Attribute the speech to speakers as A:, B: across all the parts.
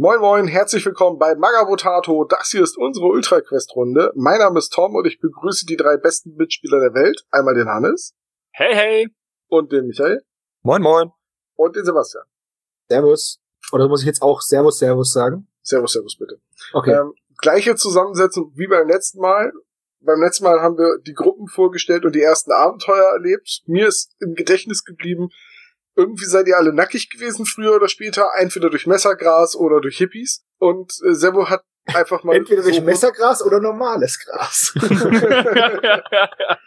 A: Moin Moin, herzlich willkommen bei Magabotato. Das hier ist unsere Ultra-Quest-Runde. Mein Name ist Tom und ich begrüße die drei besten Mitspieler der Welt. Einmal den Hannes
B: Hey, hey!
A: und den Michael
C: Moin, moin.
A: und den Sebastian.
D: Servus. Oder muss ich jetzt auch Servus, Servus sagen?
A: Servus, Servus bitte.
D: Okay.
A: Ähm, gleiche Zusammensetzung wie beim letzten Mal. Beim letzten Mal haben wir die Gruppen vorgestellt und die ersten Abenteuer erlebt. Mir ist im Gedächtnis geblieben, irgendwie seid ihr alle nackig gewesen früher oder später, entweder durch Messergras oder durch Hippies. Und äh, Sebo hat einfach mal
D: Entweder durch
A: so-
D: Messergras oder normales Gras.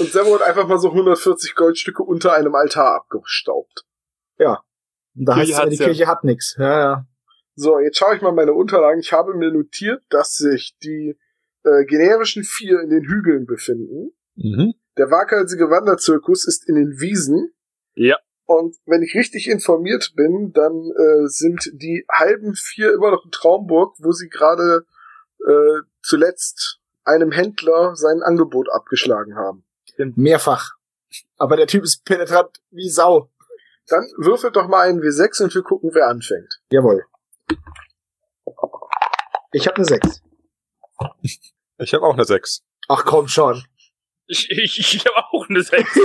A: Und Servo hat einfach mal so 140 Goldstücke unter einem Altar abgestaubt.
D: Und da
B: Kirche
D: heißt
B: hat's
D: es, immer, die
B: ja.
D: Kirche hat nix. Ja, ja.
A: So, jetzt schaue ich mal meine Unterlagen. Ich habe mir notiert, dass sich die äh, generischen vier in den Hügeln befinden.
C: Mhm.
A: Der waghalsige Wanderzirkus ist in den Wiesen.
B: Ja.
A: Und wenn ich richtig informiert bin, dann äh, sind die halben vier immer noch in Traumburg, wo sie gerade äh, zuletzt einem Händler sein Angebot abgeschlagen haben.
D: Mehrfach. Aber der Typ ist penetrant wie Sau.
A: Dann würfelt doch mal einen W6 und wir gucken, wer anfängt.
D: Jawohl. Ich habe eine 6.
C: Ich habe auch eine 6.
D: Ach komm schon.
B: ich ich, ich habe auch eine 6.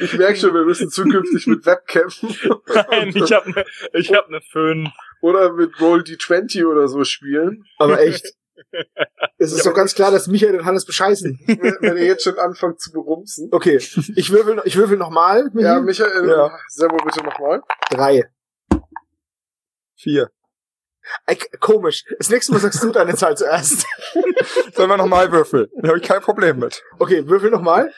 A: Ich merke schon, wir müssen zukünftig mit Webcam
B: Nein, ich habe eine ich hab ne 5.
A: oder mit Roll D20 oder so spielen.
D: Aber echt. es ist doch ganz klar, dass Michael und Hannes bescheißen.
A: Wenn wenn ihr jetzt schon anfangt zu berumsen.
D: Okay, ich würfel, ich würfel nochmal.
A: Ja, Michael,
D: Ja.
A: Servo bitte nochmal.
D: Drei.
C: Vier.
D: Ey, k- komisch. Das nächste Mal sagst du deine Zahl zuerst.
C: Sollen wir nochmal würfeln? Da habe ich kein Problem mit.
D: Okay, würfel nochmal.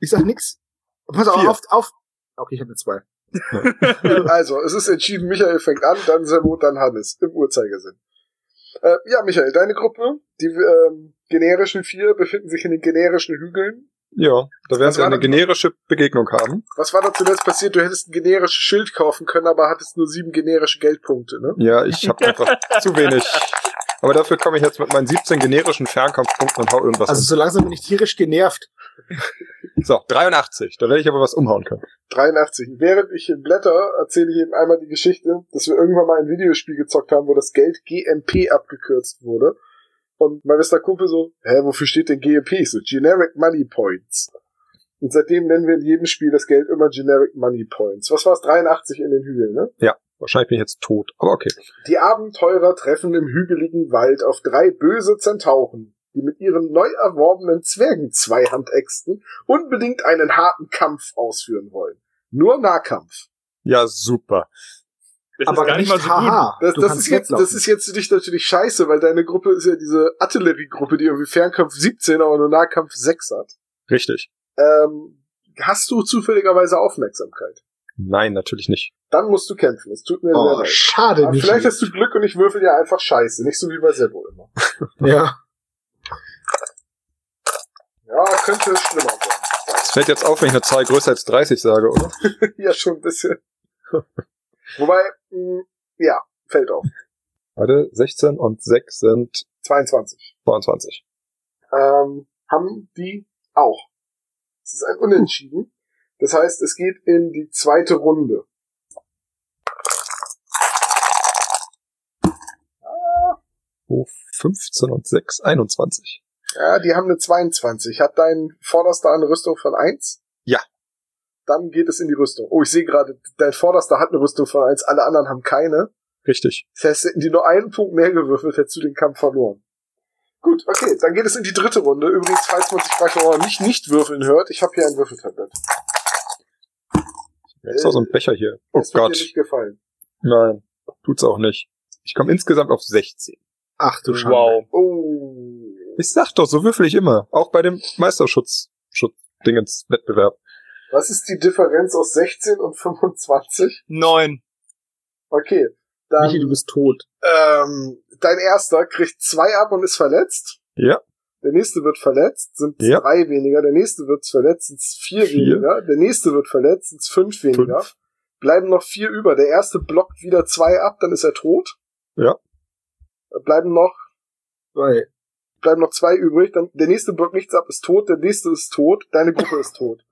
D: Ich sag nix. Pass auf,
C: Vier.
D: auf, auf. Okay, ich habe eine zwei.
A: Also, es ist entschieden, Michael fängt an, dann Servo, dann Hannes, im Uhrzeigersinn. Äh, ja, Michael, deine Gruppe, die ähm, generischen vier, befinden sich in den generischen Hügeln.
C: Ja, da werden
A: Was
C: sie
A: war
C: eine
A: denn-
C: generische Begegnung haben.
A: Was war da zuletzt passiert? Du hättest ein generisches Schild kaufen können, aber hattest nur sieben generische Geldpunkte, ne?
C: Ja, ich habe einfach zu wenig. Aber dafür komme ich jetzt mit meinen 17 generischen Fernkampfpunkten und hau irgendwas
D: Also
C: also,
D: so langsam bin ich tierisch genervt.
C: um. So, 83. Da werde ich aber was umhauen können.
A: 83. Während ich hier blätter, erzähle ich eben einmal die Geschichte, dass wir irgendwann mal ein Videospiel gezockt haben, wo das Geld GMP abgekürzt wurde. Und mein bester Kumpel so, hä, wofür steht denn GMP? Ich So, Generic Money Points. Und seitdem nennen wir in jedem Spiel das Geld immer Generic Money Points. Was war's? 83 in den Hügeln, ne?
C: Wahrscheinlich bin ich jetzt tot, aber okay.
A: Die Abenteurer treffen im hügeligen Wald auf drei böse Zentauren, die mit ihren neu erworbenen Zwergenzweihandäxten unbedingt einen harten Kampf ausführen wollen. Nur Nahkampf.
C: Ja, super.
B: Das
D: aber
B: ist gar nicht mal so gut.
D: haha.
A: Das,
D: du
A: das,
D: kannst
A: ist jetzt,
D: weglaufen.
A: das ist jetzt für dich natürlich scheiße, weil deine Gruppe ist ja diese Artilleriegruppe, die irgendwie Fernkampf 17, aber nur Nahkampf 6 hat.
C: Richtig.
A: Ähm, hast du zufälligerweise Aufmerksamkeit?
C: Nein, natürlich nicht.
A: Dann musst du kämpfen. Es tut mir sehr
D: oh,
A: leid.
D: schade
A: Aber
D: nicht.
A: vielleicht hast du Glück und ich würfel ja einfach scheiße. Nicht so wie bei Sebo immer.
D: ja.
A: Ja, könnte schlimmer sein.
C: Es fällt jetzt auf, wenn ich eine Zahl größer als 30 sage, oder?
A: ja, schon ein bisschen. Wobei, mh, ja, fällt auf.
C: Warte, 16 und 6 sind
A: 22.
C: 22.
A: Ähm, haben die auch. Es ist ein Unentschieden. Das heißt, es geht in die zweite Runde.
C: Oh, 15 und 6, 21.
A: Ja, die haben eine 22. Hat dein Vorderster eine Rüstung von 1?
C: Ja.
A: Dann geht es in die Rüstung. Oh, ich sehe gerade, dein Vorderster hat eine Rüstung von 1, alle anderen haben keine.
C: Richtig.
A: Das heißt, hätten die nur einen Punkt mehr gewürfelt, hättest du den Kampf verloren. Gut, okay, dann geht es in die dritte Runde. Übrigens, falls man sich fragt, warum man mich nicht würfeln hört, ich habe hier ein Würfeltablett.
C: Jetzt noch so ein Becher hier. Oh
A: Das wird dir
C: Gott.
A: nicht gefallen.
C: Nein. Tut's auch nicht. Ich komme insgesamt auf 16.
D: Ach du Schande.
B: Wow.
A: Oh.
C: Ich sag doch, so würfel ich immer. Auch bei dem Meisterschutz, Schutz, Dingens, Wettbewerb.
A: Was ist die Differenz aus 16 und 25?
B: 9.
A: Okay, dann...
D: Michi, du bist tot.
A: Ähm, dein erster kriegt zwei ab und ist verletzt.
C: Ja.
A: Der nächste wird verletzt, sind
C: Ja.
A: drei weniger. Der nächste wird verletzt, sind vier,
C: Vier.
A: weniger. Der nächste wird verletzt, sind fünf weniger.
C: Fünf.
A: Bleiben noch vier über. Der erste blockt wieder zwei ab, dann ist er tot.
C: Ja.
A: Bleiben noch,
D: Weil,
A: bleiben noch zwei übrig. Dann der nächste blockt nichts ab, ist tot. Der nächste ist tot. Deine Gruppe ist tot.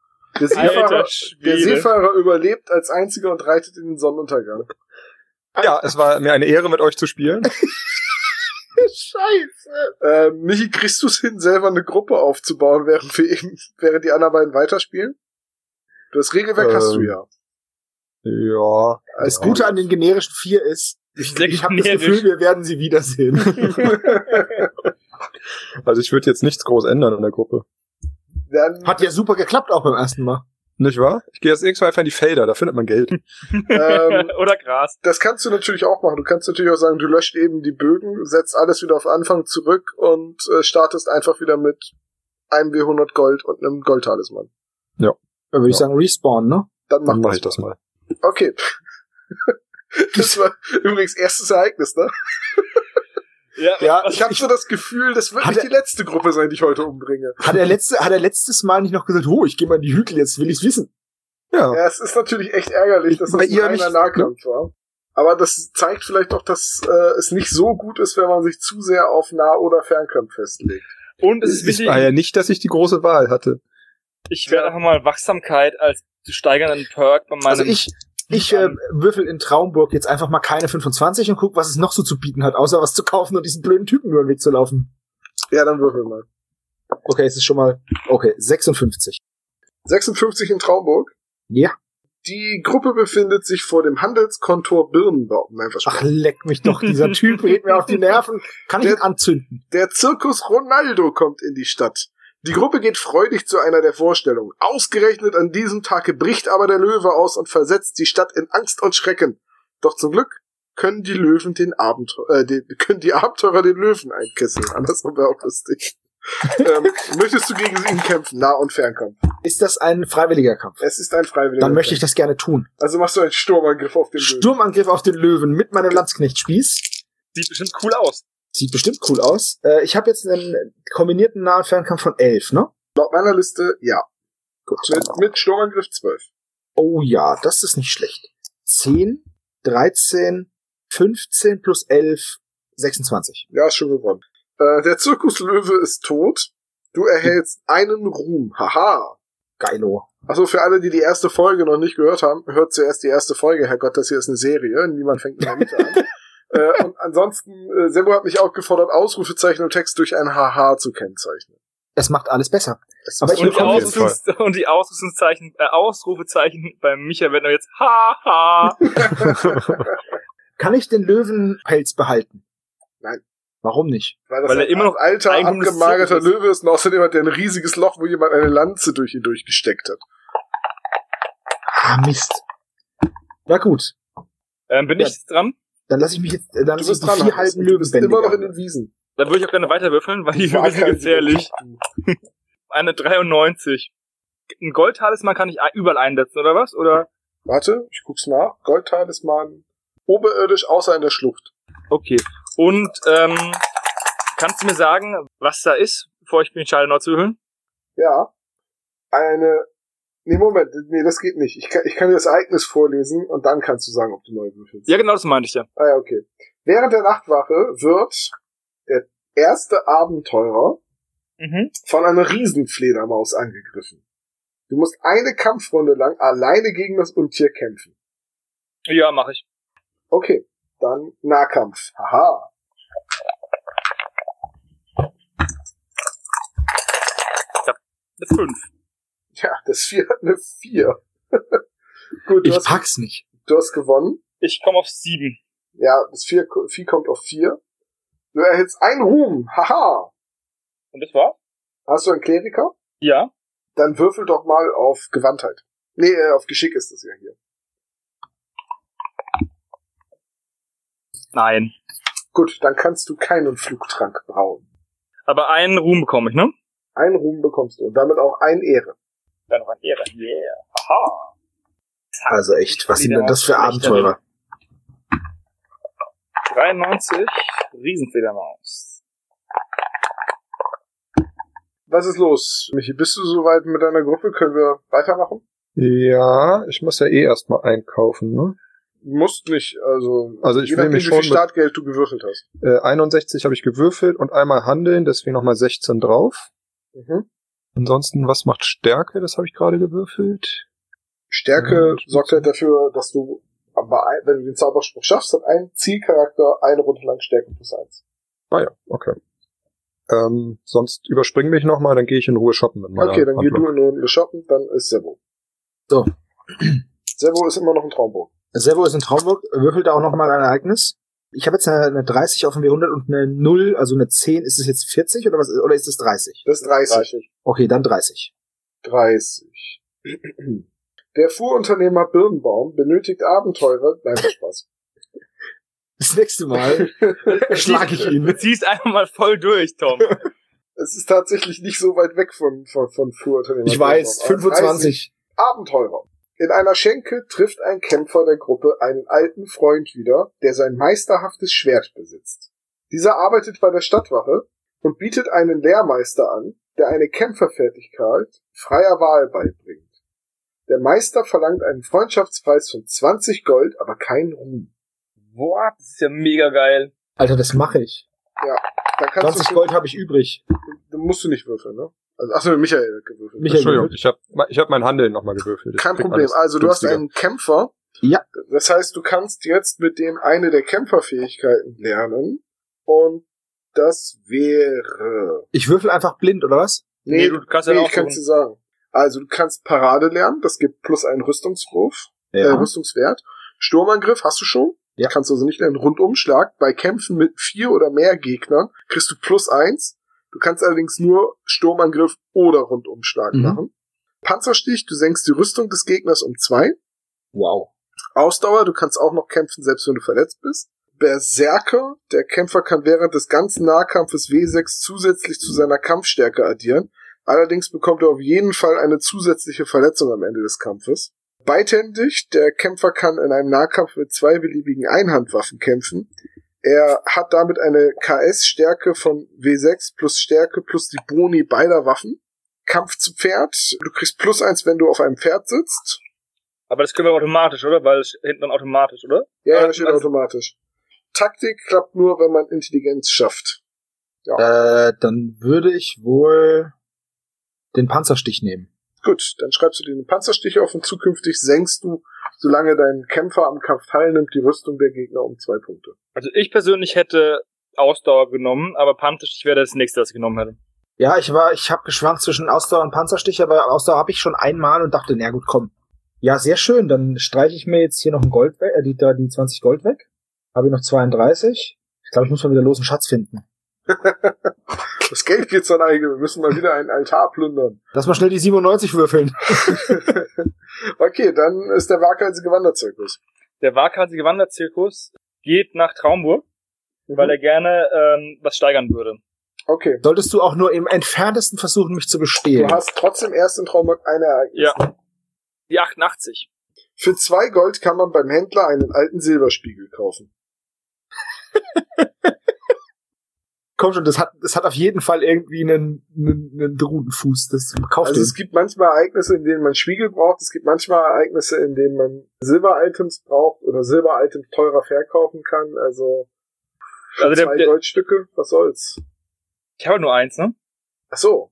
A: Der
B: Alter
A: Seefahrer, der
B: Schwede.
A: Seefahrer überlebt als einziger und reitet in den Sonnenuntergang.
C: Ja, es war mir eine Ehre, mit euch zu spielen.
A: Scheiße. Äh, Michi, kriegst du es hin, selber eine Gruppe aufzubauen, während wir eben, während die anderen beiden weiterspielen? Das Regelwerk
C: Ähm,
A: hast du ja.
C: Ja.
A: Als
D: Das Gute an den generischen vier ist,
B: Ich,
D: ich habe das Gefühl, wir werden sie wiedersehen.
C: Also ich würde jetzt nichts groß ändern in der Gruppe.
A: Dann,
D: Hat ja super geklappt auch beim ersten Mal.
C: Nicht wahr? Ich gehe jetzt irgendwann einfach in die Felder, da findet man Geld.
A: ähm,
B: Oder Gras.
A: das kannst du natürlich auch machen. Du kannst natürlich auch sagen, du löscht eben die Bögen, setzt alles wieder auf Anfang zurück und äh, startest einfach wieder mit einem W100 Gold und einem Goldtalisman.
D: Dann würde
C: Ja.
D: ich sagen, respawn, ne?
A: Dann mach
C: Dann mache
A: das.
C: ich das mal.
A: Okay. Das war übrigens erstes Ereignis, ne?
B: Ja,
D: Ja,
A: Ich habe so das Gefühl, das wird
D: Hat
A: nicht
D: er-
A: die letzte Gruppe sein, die ich heute umbringe.
D: Hat er, letzte, hat er letztes Mal nicht noch gesagt, oh, ich gehe mal in die Hügel, jetzt will ich's wissen.
C: Ja.
A: Ja, es ist natürlich echt ärgerlich, dass
C: Bei
A: das ein
C: ihr ne?
A: reiner
C: nicht,
A: Nahkampf war. Aber das zeigt vielleicht auch, dass äh, es nicht so gut ist, wenn man sich zu sehr auf Nah- oder Fernkampf festlegt.
B: und es ist
C: Es
B: wichtig,
C: war ja nicht, dass ich die große Wahl hatte.
B: ich werde einfach mal Wachsamkeit als zu steigernden Perk bei meinem...
D: Also ich, ich äh, würfel in Traumburg jetzt einfach mal keine 25 und guck, was es noch so zu bieten hat, außer was zu kaufen und diesen blöden Typen über den Weg zu laufen.
A: Ja, dann würfeln wir mal.
D: Okay, es ist schon mal, okay, 56.
A: 56 in Traumburg.
D: Ja.
A: Die Gruppe befindet sich vor dem Handelskontor Birnenbau. Nein, was
D: Ach, leck mich doch, dieser Typ geht mir auf die Nerven. Kann ich ihn
A: Der-
D: anzünden?
A: Der Zirkus Ronaldo kommt in die Stadt. Die Gruppe geht freudig zu einer der Vorstellungen. Ausgerechnet an diesem Tage bricht aber der Löwe aus und versetzt die Stadt in Angst und Schrecken. Doch zum Glück können die Löwen den Abenteuer, äh, den, können die Abenteurer den Löwen einkesseln. Andersrum wäre auch lustig. ähm, möchtest du gegen ihn kämpfen? Nah- und Fernkampf.
D: Ist das ein freiwilliger Kampf?
A: Es ist ein Freiwilliger.
D: Dann möchte ich das gerne tun.
A: Also machst du einen Sturmangriff auf den Löwen.
D: Sturmangriff auf den Löwen mit meinem Landsknechtspieß.
B: Sieht bestimmt cool aus.
D: Sieht bestimmt cool aus. Äh, ich habe jetzt einen kombinierten Nah- und Fernkampf von 11, ne?
A: Laut meiner Liste, ja.
D: Gut.
A: Mit, mit Sturmangriff 12.
D: Oh ja, das ist nicht schlecht. 10, 13, 15 plus 11, 26.
A: Ja, ist schon gewonnen. Äh, der Zirkuslöwe ist tot. Du erhältst einen Ruhm. Haha.
D: Geilo.
A: Also für alle, die die erste Folge noch nicht gehört haben, hört zuerst die erste Folge. Herrgott, das hier ist eine Serie. Niemand fängt in der Mitte an. äh, und ansonsten, äh, Sebo hat mich auch gefordert, Ausrufezeichen und Text durch ein Haha zu kennzeichnen.
D: Es macht alles besser.
A: Es
D: Aber
A: ist
D: Ich
B: Und die,
D: bekomme auf
C: jeden
B: Ausrufungs- und die Ausrufungszeichen, äh, Ausrufezeichen bei Micha werden jetzt haha.
D: Kann ich den Löwenpelz behalten?
A: Nein.
D: Warum nicht?
A: weil, das
B: weil er
A: ein
B: immer noch
A: alter,
B: Eigentum des
A: abgemagerter
B: Zirkus ist.
A: Löwe ist und außerdem hat er ein riesiges Loch, wo jemand eine Lanze durch ihn durchgesteckt hat.
D: Ah, Mist. Na gut,
B: Ähm, bin
D: Ja.
B: ich jetzt dran?
D: dann lasse ich mich jetzt, äh, dann
A: Du
D: lasse ich
A: bist
D: die
A: dran,
D: vier
A: Hannes,
D: halben
A: und du bist immer noch in
D: Löwen
A: den Wiesen.
B: Dann würde ich auch gerne weiterwürfeln, weil die
A: War
B: Löwen sind
A: kein-
B: gefährlich. Eine 93. Ein Goldtalisman kann ich ei- überall einsetzen, oder was? Oder?
A: Warte, ich guck's nach. Goldtalisman. Oberirdisch, außer in der Schlucht.
B: Okay. Und ähm, kannst du mir sagen, was da ist, bevor ich mich entscheide, neu zu hören?
A: Ja. Eine. Nee, Moment, nee, das geht nicht. Ich kann, ich kann dir das Ereignis vorlesen und dann kannst du sagen, ob du neu würfelst.
B: Ja, genau das meinte ich ja.
A: Ah ja, okay. Während der Nachtwache wird der erste Abenteurer
B: Mhm.
A: von einer Riesenfledermaus angegriffen. Du musst eine Kampfrunde lang alleine gegen das Untier kämpfen.
B: Ja, mache ich.
A: Okay, dann Nahkampf. Haha.
B: Eine 5.
A: Ja, das vier hat eine vier. Gut, du
D: Ich
A: hast,
D: pack's nicht.
A: du hast gewonnen.
B: Ich komme auf 7.
A: Ja, das vier, Vieh kommt auf vier. Du erhältst einen Ruhm. Haha.
B: Und das war?
A: Hast du einen Kleriker?
B: Ja.
A: Dann würfel doch mal auf Gewandtheit. Nee, äh, auf Geschick ist das ja hier.
B: Nein.
A: Gut, dann kannst du keinen Flugtrank brauen.
B: Aber einen Ruhm bekomme ich, ne?
A: Einen Ruhm bekommst du und damit auch ein Ehre.
B: Dann noch ein Ehre. Yeah. Aha.
D: Also echt, was sind denn das für Abenteurer?
B: 93. Riesenfedermaus.
A: Was ist los, Michi? Bist du soweit mit deiner Gruppe? Können wir weitermachen?
C: Ja, ich muss ja eh erstmal einkaufen, ne?
A: Musst nicht, also.
C: Also ich
A: je
C: will
A: nachdem,
C: mich
A: wie viel
C: schon mit-
A: Startgeld du gewürfelt hast.
C: Äh, 61 habe ich gewürfelt und einmal handeln, deswegen nochmal 16 drauf.
A: Mhm.
C: Ansonsten, was macht Stärke? Das habe ich gerade gewürfelt.
A: Stärke
C: Ja,
A: sorgt halt dafür, dass du, bei ein- wenn du den Zauberspruch schaffst, hat ein Zielcharakter eine Runde lang Stärke plus eins.
C: Ah ja, okay. Ähm, sonst überspring mich nochmal, dann gehe ich in Ruhe shoppen mit meiner
A: okay, dann geh
C: Handlung.
A: du in eine Runde shoppen, dann ist Servo.
D: So.
A: Servo ist immer noch ein Traumburg.
D: Servo ist in Traumburg, würfelt da auch nochmal ein Ereignis. Ich habe jetzt eine, eine 30 auf dem W100 und eine 0, also eine 10. Ist es jetzt 40 oder was? Oder ist es 30?
A: Das ist 30.
D: Okay, dann 30.
A: 30. Der Fuhrunternehmer Birnbaum benötigt Abenteurer. Nein, war Spaß.
D: Das nächste Mal schlage ich ihn.
B: Ziehst einfach mal voll durch, Tom.
A: Es ist tatsächlich nicht so weit weg von, von, von Fuhrunternehmer.
D: Ich weiß,
A: Birnbaum, aber 30
D: 25.
A: Abenteurer. In einer Schenke trifft ein Kämpfer der Gruppe einen alten Freund wieder, der sein meisterhaftes Schwert besitzt. Dieser arbeitet bei der Stadtwache und bietet einen Lehrmeister an, der eine Kämpferfertigkeit freier Wahl beibringt. Der Meister verlangt einen Freundschaftspreis von 20 Gold, aber keinen Ruhm.
B: Boah, das ist ja mega geil.
D: Alter, das mache ich.
A: Da kannst
D: 20
A: du,
D: Gold habe ich übrig.
A: Da musst du nicht würfeln, ne? Also, achso, Michael hat gewürfelt.
D: Michael.
C: Entschuldigung, ich habe ich hab mein Handeln nochmal gewürfelt. Ich
A: Kein
C: krieg
A: Problem.
C: alles
A: Also du hast
C: günstiger.
A: einen Kämpfer.
D: Ja.
A: Das heißt, du kannst jetzt mit dem eine der Kämpferfähigkeiten lernen. Und das wäre.
D: Ich würfel einfach blind, oder was?
B: Nee, du kannst ja
A: nee,
B: auch
A: ich kann
B: gucken.
A: dir sagen. Also du kannst Parade lernen, das gibt plus einen Rüstungswurf, äh, Rüstungswert. Sturmangriff hast du schon.
D: Ja.
A: Kannst du also nicht lernen. Rundumschlag. Bei Kämpfen mit vier oder mehr Gegnern kriegst du plus eins. Du kannst allerdings nur Sturmangriff oder Rundumschlag
D: Mhm.
A: machen. Panzerstich, du senkst die Rüstung des Gegners um zwei.
D: Wow.
A: Ausdauer, du kannst auch noch kämpfen, selbst wenn du verletzt bist. Berserker, der Kämpfer kann während des ganzen Nahkampfes W6 zusätzlich zu seiner Kampfstärke addieren. Allerdings bekommt er auf jeden Fall eine zusätzliche Verletzung am Ende des Kampfes. Beidhändig, der Kämpfer kann in einem Nahkampf mit zwei beliebigen Einhandwaffen kämpfen. Er hat damit eine KS-Stärke von W6 plus Stärke plus die Boni beider Waffen. Kampf zu Pferd, du kriegst plus eins, wenn du auf einem Pferd sitzt.
B: Aber das können wir automatisch, oder? Weil es hinten dann automatisch, oder?
A: Ja, ja,
B: Also-
A: das steht automatisch. Taktik klappt nur, wenn man Intelligenz schafft.
D: Äh, dann würde ich wohl den Panzerstich nehmen.
A: Gut, dann schreibst du dir den Panzerstich auf und zukünftig senkst du, solange dein Kämpfer am Kampf teilnimmt, die Rüstung der Gegner um zwei Punkte.
B: Also ich persönlich hätte Ausdauer genommen, aber Panzerstich wäre das nächste, was ich genommen hätte.
D: Ja, ich war, ich habe geschwankt zwischen Ausdauer und Panzerstich, aber Ausdauer habe ich schon einmal und dachte, na gut, komm. Ja, sehr schön. Dann streiche ich mir jetzt hier noch ein Gold weg, äh, die, da die 20 Gold weg. Habe ich noch 32. Ich glaube, ich muss mal wieder los einen Schatz finden.
A: Das Geld geht zur Neige, wir müssen mal wieder einen Altar plündern.
D: Lass mal schnell die 97 würfeln.
A: Okay, dann ist der waghalsige Wanderzirkus.
B: Der waghalsige Wanderzirkus geht nach Traumburg, weil er gerne ähm, was steigern würde.
A: Okay.
D: Solltest du auch nur im entferntesten versuchen, mich zu
A: Du
D: bestehlen.
A: hast trotzdem erst in Traumburg ein Ereignis.
B: Ja. Die 88.
A: Für zwei Gold kann man beim Händler einen alten Silberspiegel kaufen.
D: Komm schon, das hat, das hat auf jeden Fall irgendwie einen, einen, einen Drudenfuß. Das kauft
A: Also
D: den.
A: es gibt manchmal Ereignisse, in denen man Spiegel braucht, es gibt manchmal Ereignisse, in denen man Silber-Items braucht oder Silber-Items teurer verkaufen kann. Also, für
B: Also der-
A: zwei
B: der-
A: Goldstücke, was soll's?
B: Ich habe nur eins, ne?
A: Ach so,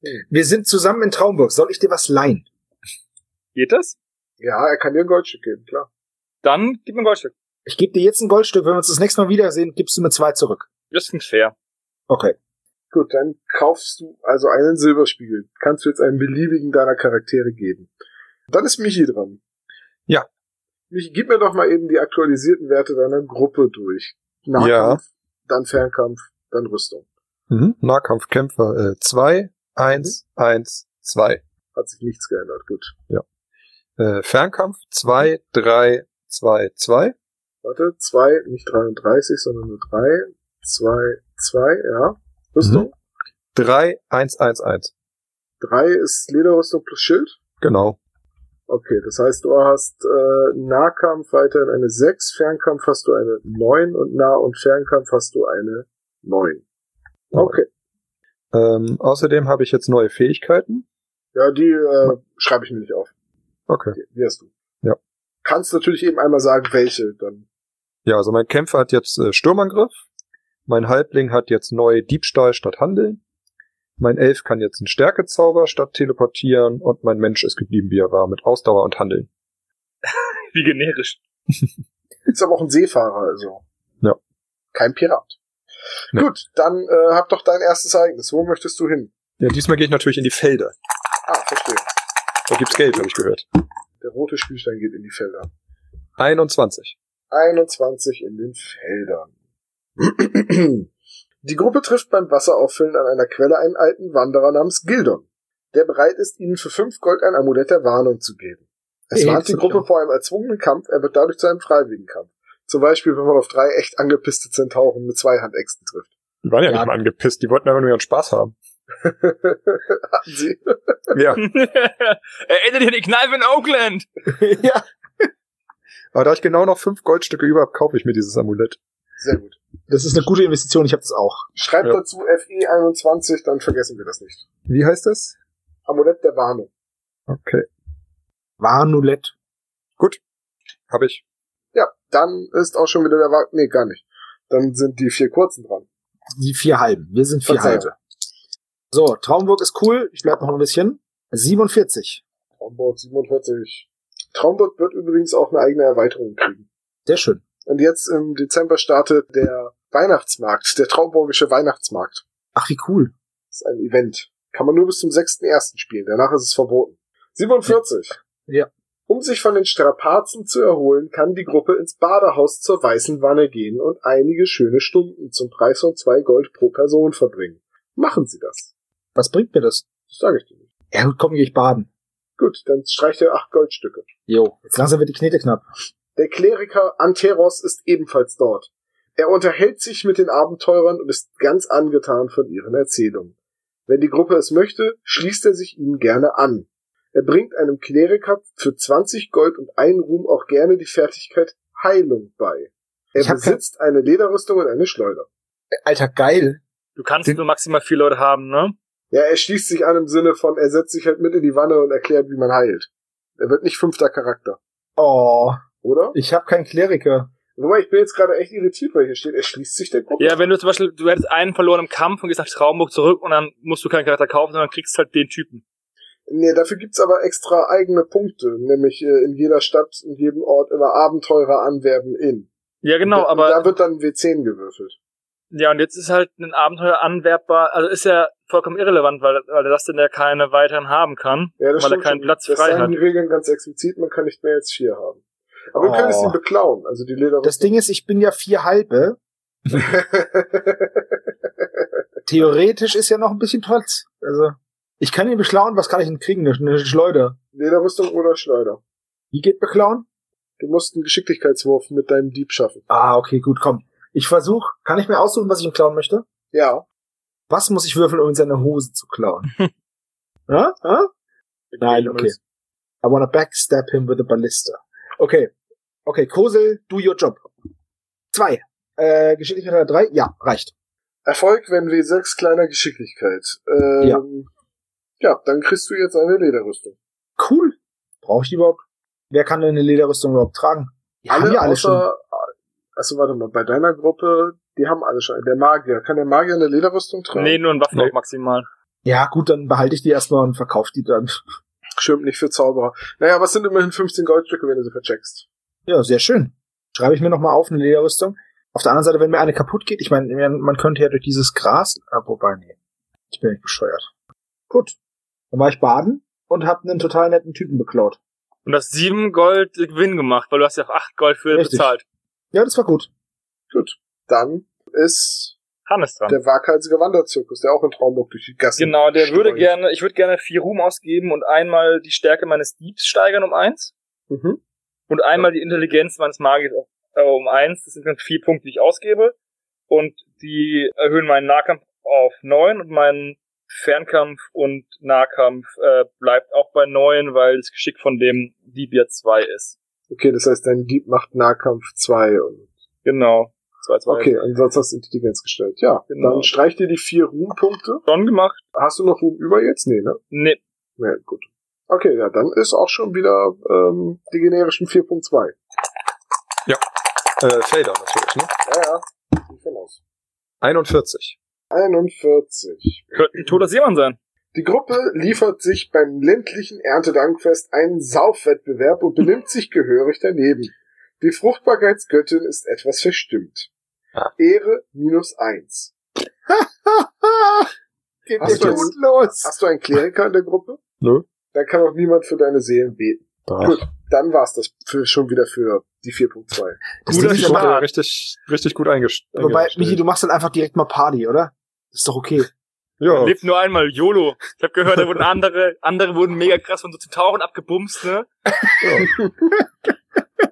D: Wir sind zusammen in Traumburg. Soll ich dir was leihen?
B: Geht das?
A: ja, er kann dir ein Goldstück geben, klar.
B: Dann gib mir ein Goldstück.
D: Ich gebe dir jetzt ein Goldstück. Wenn wir uns das nächste Mal wiedersehen, gibst du mir zwei zurück.
B: Das klingt fair.
D: Okay.
A: Gut, dann kaufst du also einen Silberspiegel. Kannst du jetzt einen beliebigen deiner Charaktere geben. Dann ist Michi dran.
C: Ja.
A: Michi, gib mir doch mal eben die aktualisierten Werte deiner Gruppe durch. Nahkampf, dann Fernkampf, dann Rüstung.
C: Mhm. Nahkampfkämpfer äh, 2, 1,
A: Mhm.
C: 1, 2.
A: Hat sich nichts geändert, gut.
C: Äh, Fernkampf 2, 3, 2, 2.
A: Warte, 2, nicht 33, sondern nur 3, 2, 2, ja.
C: Mhm.
A: Rüstung.
C: 3, 1, 1, 1.
A: 3 ist Lederrüstung plus Schild.
C: Genau.
A: Okay, das heißt, du hast äh, Nahkampf weiterhin eine 6, Fernkampf hast du eine 9 und Nah- und Fernkampf hast du eine 9. Okay,
C: Ähm, außerdem habe ich jetzt neue Fähigkeiten.
A: ja, die äh, schreibe ich mir nicht auf.
C: Okay.
A: Die, die hast du.
C: Ja.
A: Kannst natürlich eben einmal sagen, welche dann.
C: Ja, also mein Kämpfer hat jetzt äh, Sturmangriff. Mein Halbling hat jetzt neu Diebstahl statt Handeln. Mein Elf kann jetzt einen Stärkezauber statt teleportieren und mein Mensch ist geblieben, wie er war, mit Ausdauer und Handeln.
B: Wie generisch.
A: Ist aber auch ein Seefahrer, also.
C: Ja.
A: Kein Pirat.
C: Nee.
A: Gut, dann äh, hab doch dein erstes Ereignis. Wo möchtest du hin?
C: Ja, diesmal gehe ich natürlich in die Felder.
A: Ah, verstehe.
C: Da gibt's Geld, habe ich gehört.
A: Der rote Spielstein geht in die Felder.
C: 21.
A: 21 in den Feldern. Die Gruppe trifft beim Wasserauffüllen an einer Quelle einen alten Wanderer namens Gildon, der bereit ist, ihnen für fünf Gold ein Amulett der Warnung zu geben. Es
D: Ey,
A: warnt die
D: jetzt
A: Gruppe
D: doch.
A: vor einem erzwungenen Kampf, er wird dadurch zu einem freiwilligen Kampf. Zum Beispiel, wenn man auf drei echt angepisste Zentauren mit zwei Handäxten trifft.
C: Die waren ja,
D: Ja.
C: nicht mal angepisst, die wollten einfach nur ihren Spaß haben.
A: Hatten sie.
C: Ja,
B: Erinnert dich an die Kneipe in Oakland.
C: ja. Aber da ich genau noch fünf Goldstücke über habe, kaufe ich mir dieses Amulett.
A: Sehr gut.
D: Das ist eine gute Investition, ich habe das auch.
A: Schreibt
C: Ja.
A: dazu FE21, dann vergessen wir das nicht.
C: Wie heißt das?
A: Amulett der Warnung.
C: Okay,
D: Warnulett.
C: habe ich.
A: Ja, dann ist auch schon wieder der Warnung. Nee, gar nicht. Dann sind die vier kurzen dran.
D: Die vier halben. Wir sind vier
A: Verzeihung.
D: halbe. So, Traumburg ist cool. Ich bleib noch ein bisschen. 47.
A: Traumburg 47. Traumburg wird übrigens auch eine eigene Erweiterung kriegen.
D: Sehr schön.
A: Und jetzt im Dezember startet der Weihnachtsmarkt, der Traumburgische Weihnachtsmarkt.
D: Ach, wie cool.
A: Das ist ein Event. Kann man nur bis zum 6.1. spielen, danach ist es verboten. 47.
D: Ja.
A: Um sich von den Strapazen zu erholen, kann die Gruppe ins Badehaus zur Weißen Wanne gehen und einige schöne Stunden zum Preis von zwei Gold pro Person verbringen. Machen Sie das.
D: Was bringt mir das?
A: Das sage ich dir nicht.
D: Ja, gut, komm, geh ich baden.
A: Gut, dann streicht er acht Goldstücke.
D: Jo. Jetzt langsam wird die Knete knapp.
A: Der Kleriker Anteros ist ebenfalls dort. Er unterhält sich mit den Abenteurern und ist ganz angetan von ihren Erzählungen. Wenn die Gruppe es möchte, schließt er sich ihnen gerne an. Er bringt einem Kleriker für 20 Gold und einen Ruhm auch gerne die Fertigkeit Heilung bei. Er
D: Ich hab kein-
A: besitzt eine Lederrüstung und eine Schleuder.
D: Alter, geil.
B: Du kannst
C: Den-
B: nur maximal vier Leute haben, ne?
A: Ja, er schließt sich an im Sinne von, er setzt sich halt mit in die Wanne und erklärt, wie man heilt. Er wird nicht fünfter Charakter,
D: Oh,
A: oder?
D: ich habe keinen Kleriker.
A: Wobei, ich bin jetzt gerade echt irritiert, weil hier steht, er schließt sich der Gruppe.
B: Ja, wenn du zum Beispiel, du hättest einen verloren im Kampf und gehst nach Traumburg zurück und dann musst du keinen Charakter kaufen, sondern kriegst halt den Typen.
A: Nee, dafür gibt's aber extra eigene Punkte, nämlich äh, in jeder Stadt, in jedem Ort immer Abenteurer anwerben in.
B: Ja, genau,
A: da,
B: aber,
A: Da wird dann W10 gewürfelt.
B: ja, und jetzt ist halt ein Abenteuer anwerbbar, also ist ja vollkommen irrelevant, weil, weil das denn der keine weiteren haben kann,
A: Ja,
B: weil er keinen
A: schon.
B: Platz
A: Das
B: frei
A: sagen
B: hat.
A: die Regeln ganz explizit, man kann nicht mehr als vier haben. Aber du
D: Oh.
A: könntest ihn beklauen, also die
D: Das
A: Lederrüstung.
D: Ding ist, ich bin ja vier halbe. Theoretisch ist ja noch ein bisschen Platz. Also, ich kann ihn beklauen. Was kann ich denn kriegen? Eine Schleuder.
A: Lederrüstung oder Schleuder.
D: Wie geht beklauen?
A: Du musst einen Geschicklichkeitswurf mit deinem Dieb schaffen.
D: Ah, okay, gut, komm. Ich versuch, kann ich mir aussuchen, was ich ihm klauen möchte?
A: Ja.
D: Was muss ich würfeln, um ihm seine Hose zu klauen? ja? Ja? Nein, okay. I wanna backstab him with a ballista. Okay. Okay, Kosel, do your job. Zwei. Äh, Geschicklichkeit hat er drei? Ja, reicht.
A: Erfolg, wenn W6 kleiner Geschicklichkeit. Ähm, ja. ja, dann kriegst du jetzt eine Lederrüstung.
D: Cool. Brauche ich die überhaupt? Wer kann denn eine Lederrüstung überhaupt tragen? Die haben ja alle schon.
A: außer, also warte mal, bei deiner Gruppe, die haben alle schon. Der Magier, kann der Magier eine Lederrüstung tragen?
B: Nee, nur ein Waffen
C: Nee.
B: auch maximal.
D: Ja, gut, dann behalte ich die erstmal und verkaufe die dann.
A: Stimmt nicht für Zauberer. Naja, aber es sind immerhin 15 Goldstücke, wenn du sie vercheckst.
D: Ja, sehr schön. Schreibe ich mir nochmal auf eine Lederrüstung. Auf der anderen Seite, wenn mir eine kaputt geht, ich meine, man man könnte ja durch dieses Gras, ah, wobei, nee. Ich bin nicht bescheuert. Gut. Dann war ich baden und hab einen total netten Typen beklaut.
B: Und das sieben Gold Gewinn gemacht, weil du hast ja auch acht Gold für
D: Richtig.
B: bezahlt.
D: Ja, das war gut.
A: Gut. Dann ist
B: Hannes dran.
A: der waghalsige Wanderzirkus, der auch in Traumburg durch die Gassen
B: Genau, der würde
A: streucht.
B: gerne, ich würde gerne vier Ruhm ausgeben und einmal die Stärke meines Diebs steigern um eins
A: Mhm.
B: und einmal die Intelligenz meines Magiers auf- äh, um eins. Das sind dann vier Punkte, die ich ausgebe. Und die erhöhen meinen Nahkampf auf neun und meinen Fernkampf und Nahkampf äh, bleibt auch bei neun, weil das Geschick von dem Dieb ja zwei ist.
A: Okay, das heißt, dein Dieb macht Nahkampf 2 und
B: Genau. Zwei, zwei.
A: okay, ansonsten hast du Intelligenz gestellt. Ja,
B: Genau.
A: dann streich dir die vier Ruhmpunkte.
B: Schon gemacht?
A: Hast du noch Ruhm über jetzt? Nee, ne?
B: Nee.
A: Ja, gut. Okay, ja, dann ist auch schon wieder ähm, die generischen 4.2.
C: Äh, Felder natürlich, ne?
A: Ja, ja. Sieht schon aus.
C: 41.
A: 41.
B: Könnte ein toter Seemann sein.
A: Die Gruppe liefert sich beim ländlichen Erntedankfest einen Saufwettbewerb und benimmt sich gehörig daneben. Die Fruchtbarkeitsgöttin ist etwas verstimmt.
C: Ah.
A: Ehre minus eins. Geht
C: Hast
A: dir
C: du-
A: gut?
D: los!
A: Hast du einen Kleriker in der Gruppe?
C: Nö.
A: Da kann auch niemand für deine Seelen beten.
C: Gut.
A: Gut, dann war's das für, schon wieder für die 4.2.
D: Das
C: Guter genau,
D: Ding ist
C: Schlag.
D: schon-
C: Schlag. Richtig, richtig gut eingestellt.
D: Wobei, Michi, du machst dann einfach direkt mal Party, oder? Ist doch okay.
C: ja.
B: Lebt nur einmal, YOLO. Ich habe gehört, da wurden andere, andere wurden mega krass von so zum Tauchen abgebumst, ne?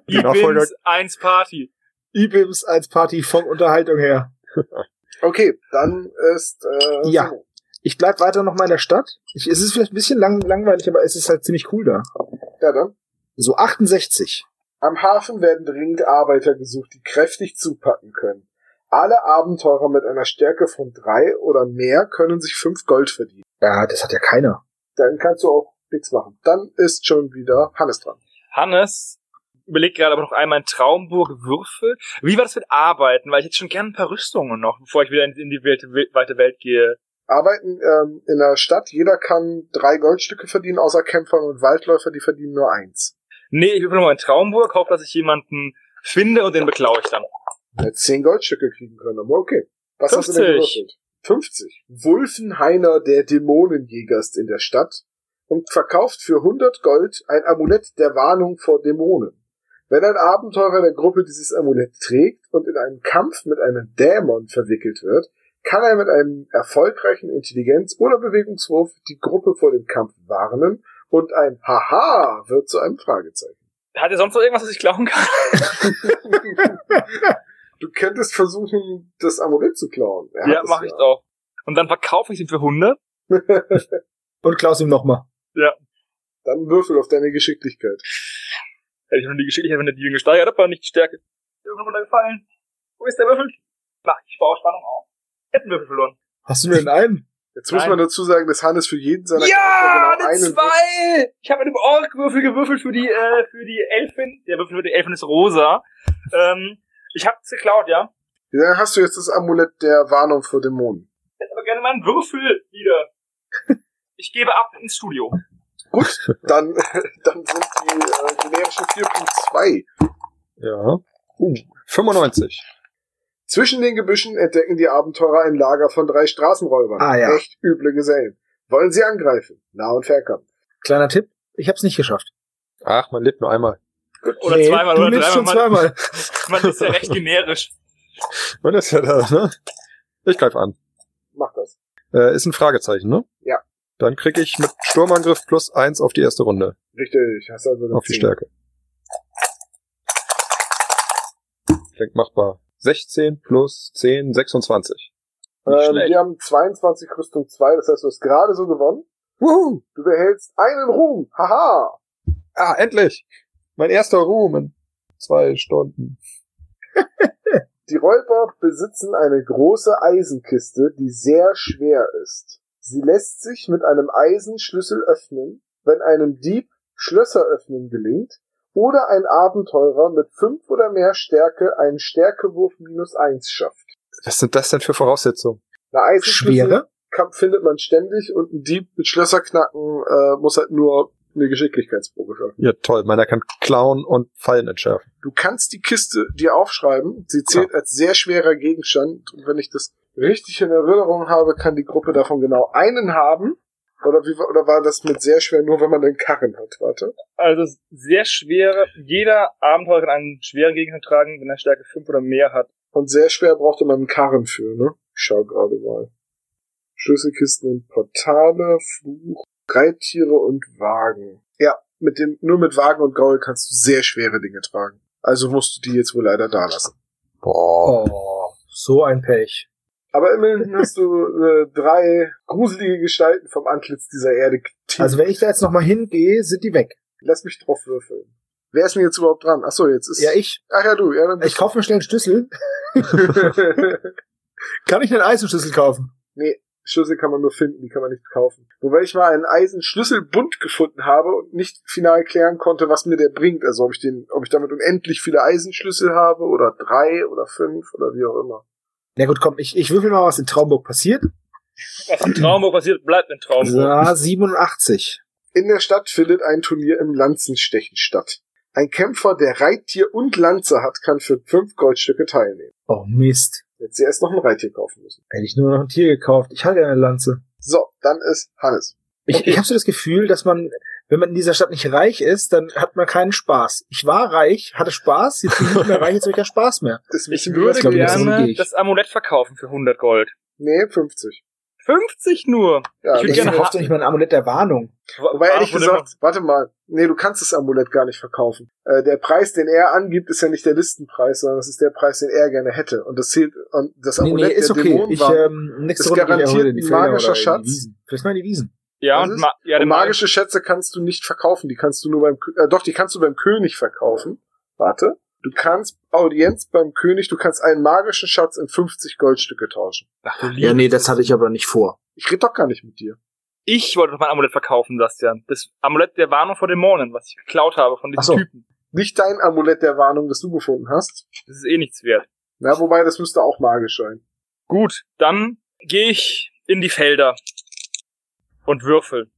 C: Die Nachfolger-
B: Events, eins Party.
D: Ibims als Party von Unterhaltung her.
A: Okay, dann ist äh,
D: Ja.
A: Simo.
D: Ich bleib weiter nochmal in der Stadt. Ich, es ist vielleicht ein bisschen lang, langweilig, aber es ist halt ziemlich cool da.
A: ja dann.
D: So 68.
A: Am Hafen werden dringend Arbeiter gesucht, die kräftig zupacken können. Alle Abenteurer mit einer Stärke von drei oder mehr können sich fünf Gold verdienen.
D: Ja, das hat ja keiner.
A: Dann kannst du auch nichts machen. Dann ist schon wieder Hannes dran.
B: Hannes überlegt gerade aber noch einmal in Traumburg Würfel. Wie war das mit Arbeiten? Weil ich hätte schon gern ein paar Rüstungen noch, bevor ich wieder in, in die weite, weite Welt gehe.
A: Arbeiten ähm, in der Stadt, jeder kann drei Goldstücke verdienen, außer Kämpfer und Waldläufer, die verdienen nur eins.
B: Nee, ich bin nochmal in Traumburg, hoffe, dass ich jemanden finde und den beklaue ich dann.
A: Hätte Äh, zehn Goldstücke kriegen können, aber okay. Was hast du
B: 50.
A: denn gewürfelt? 50. Wulfenhainer, der Dämonenjäger, ist in der Stadt und verkauft für 100 Gold ein Amulett der Warnung vor Dämonen. Wenn ein Abenteurer der Gruppe dieses Amulett trägt und in einen Kampf mit einem Dämon verwickelt wird, kann er mit einem erfolgreichen Intelligenz- oder Bewegungswurf die Gruppe vor dem Kampf warnen und ein Haha wird zu einem Fragezeichen.
B: Hat er sonst noch irgendwas, was ich klauen kann?
A: Du könntest versuchen, das Amulett zu klauen. Er
B: Ja,
A: hat es
B: mache ich auch. Und dann verkaufe ich ihn für 100.
D: Und Klaus ihm nochmal.
A: Dann würfel auf deine Geschicklichkeit.
B: Hätte ich nur die Geschicklichkeit von der Dielen gesteigert, aber nicht die Stärke. Irgendwo runtergefallen. Wo ist der Würfel? Mach ich baue Spannung auf. Hätten Würfel verloren.
D: Hast du nur den einen?
A: Jetzt muss
B: Nein.
A: man dazu sagen, dass Hannes für jeden seiner Charakter genau einen Würfel-
B: zwei! Ich habe mit dem Ork-Würfel gewürfelt für die, äh, für die Elfin. Der Würfel für die Elfin ist rosa. Ähm, ich hab's geklaut, ja.
A: Dann hast du jetzt das Amulett der Warnung vor Dämonen.
B: Ich hätte aber gerne meinen Würfel wieder. Ich gebe ab ins Studio.
A: Dann, dann sind die äh, generischen 4.2.
C: ja. Uh, 95.
A: Zwischen den Gebüschen entdecken die Abenteurer ein Lager von drei Straßenräubern.
D: Ah, ja.
A: Echt üble Gesellen. Wollen sie angreifen? Nah- und Fernkampf.
D: Kleiner Tipp. Ich hab's nicht geschafft.
C: Ach, man lebt nur einmal.
B: Oder zweimal
D: du
B: oder dreimal.
D: lebst schon zweimal.
B: Man ist ja recht generisch.
C: Und das ist ja da, ne? Ich greife an.
A: Mach das.
C: Äh, ist ein Fragezeichen, ne?
A: Ja.
C: Dann krieg ich mit Sturmangriff plus eins auf die erste Runde.
A: Richtig. Hast also eine
C: Auf die
A: 10.
C: Stärke. Klingt machbar. 16 plus 10, 26.
A: Ähm,
B: schlecht.
A: wir haben 22 Rüstung 2, das heißt, du hast gerade so gewonnen.
C: Wuhu!
A: Du behältst einen Ruhm. Haha.
C: Ah, endlich! Mein erster Ruhm in zwei Stunden.
A: Die Räuber besitzen eine große Eisenkiste, die sehr schwer ist. Sie lässt sich mit einem Eisenschlüssel öffnen, wenn einem Dieb Schlösser öffnen gelingt oder ein Abenteurer mit fünf oder mehr Stärke einen Stärkewurf minus eins schafft.
C: Was sind das denn für Voraussetzungen?
A: Eine Eisenschlüssel
D: Schwere?
A: kann, findet man ständig und ein Dieb mit Schlösser knacken äh, muss halt nur eine Geschicklichkeitsprobe schaffen.
C: Ja, toll. Meiner kann klauen und Fallen entschärfen.
A: Du kannst die Kiste dir aufschreiben. Sie zählt als sehr schwerer Gegenstand. Und wenn ich das richtig in Erinnerung habe, kann die Gruppe davon genau einen haben. Oder, wie, war- oder war das mit sehr schwer nur, wenn man den Karren hat? Warte.
B: Also sehr schwere, jeder Abenteurer kann einen schweren Gegenstand tragen, wenn er Stärke 5 oder mehr hat.
A: Und sehr schwer brauchte man einen Karren für, ne? Ich schau gerade mal. Schlüsselkisten und Portale, Fluch, Reittiere und Wagen. Ja, mit dem, nur mit Wagen und Gaul kannst du sehr schwere Dinge tragen. Also musst du die jetzt wohl leider da lassen.
C: Boah.
D: Oh, so ein Pech.
A: Aber immerhin hast du äh, drei gruselige Gestalten vom Antlitz dieser Erde. getilgt.
D: Also wenn ich da jetzt nochmal hingehe, sind die weg.
A: lass mich drauf würfeln. Wer ist denn jetzt überhaupt dran? Ach so, jetzt ist.
D: Ja, ich.
A: Ach ja, du. Ja, dann
D: Ich kaufe mir schnell einen Schlüssel. Kann ich einen Eisenschlüssel kaufen?
A: Schlüssel kann man nur finden, die kann man nicht kaufen. Wobei ich mal einen Eisenschlüsselbund gefunden habe und nicht final klären konnte, was mir der bringt. Also ob ich den, ob ich damit unendlich viele Eisenschlüssel habe oder drei oder fünf oder wie auch immer.
D: Na gut, komm, ich, ich würfel mal, was in Traumburg passiert.
B: Was in Traumburg passiert, bleibt in Traumburg.
D: Ja, 87.
A: In der Stadt findet ein Turnier im Lanzenstechen statt. Ein Kämpfer, der Reittier und Lanze hat, kann für fünf Goldstücke teilnehmen.
D: Oh Mist.
A: Jetzt sie erst noch ein Reittier kaufen müssen.
D: Hätte ich nur noch ein Tier gekauft. Ich hatte eine Lanze.
A: So, dann ist Hannes.
D: Ich, ich habe so das Gefühl, dass man, wenn man in dieser Stadt nicht reich ist, dann hat man keinen Spaß. Ich war reich, hatte Spaß, jetzt bin ich nicht mehr reich, jetzt habe ich keinen Spaß mehr.
A: Ist ein
B: Ich
A: bisschen
B: würde
A: blöd, glaub
D: ich, deswegen
B: gerne
D: gehe ich.
B: das Amulett verkaufen für 100 Gold.
A: Nee, 50.
B: 50 nur.
A: Ja, das-
B: Ich würd
D: Ich Ah,
B: gerne-
D: verkaufe doch nicht mal ein Amulett der Warnung.
A: Wobei ehrlich
B: Warum
A: gesagt, warte mal, nee, du kannst das Amulett gar nicht verkaufen. Äh, der Preis, den er angibt, ist ja nicht der Listenpreis, sondern das ist der Preis, den er gerne hätte. Und das zählt, und das
D: Nee, nee,
A: Amulett
D: ist
A: der
D: okay.
A: Dämonen
D: Ich,
A: war.
D: ähm, nächste
A: Ist
D: Runde gehe ich
A: garantiert
D: erholen in die
A: ein
D: Felder
A: magischer
D: oder in die
A: Schatz.
D: Wiesen. Vielleicht mal in die Wiesen.
B: Ja,
A: Was
B: und
A: ist?
B: ma ja,
A: und
B: den
A: magische Schätze kannst du nicht verkaufen, die kannst du nur beim, Kö- äh, doch, die kannst du beim König verkaufen. Warte. Du kannst Audienz beim König, du kannst einen magischen Schatz in 50 Goldstücke tauschen.
B: Ach, du
D: Ja,
B: liebst.
D: nee, das hatte ich aber nicht vor.
A: Ich rede doch gar nicht mit dir.
B: Ich wollte doch mein Amulett verkaufen, Bastian. Das Amulett der Warnung vor Dämonen, was ich geklaut habe von
D: Ach
B: diesem
D: so.
B: Typen.
A: Nicht dein Amulett der Warnung, das du gefunden hast.
B: Das ist eh nichts wert.
A: Na, wobei, das müsste auch magisch sein.
B: Gut, dann gehe ich in die Felder und würfel.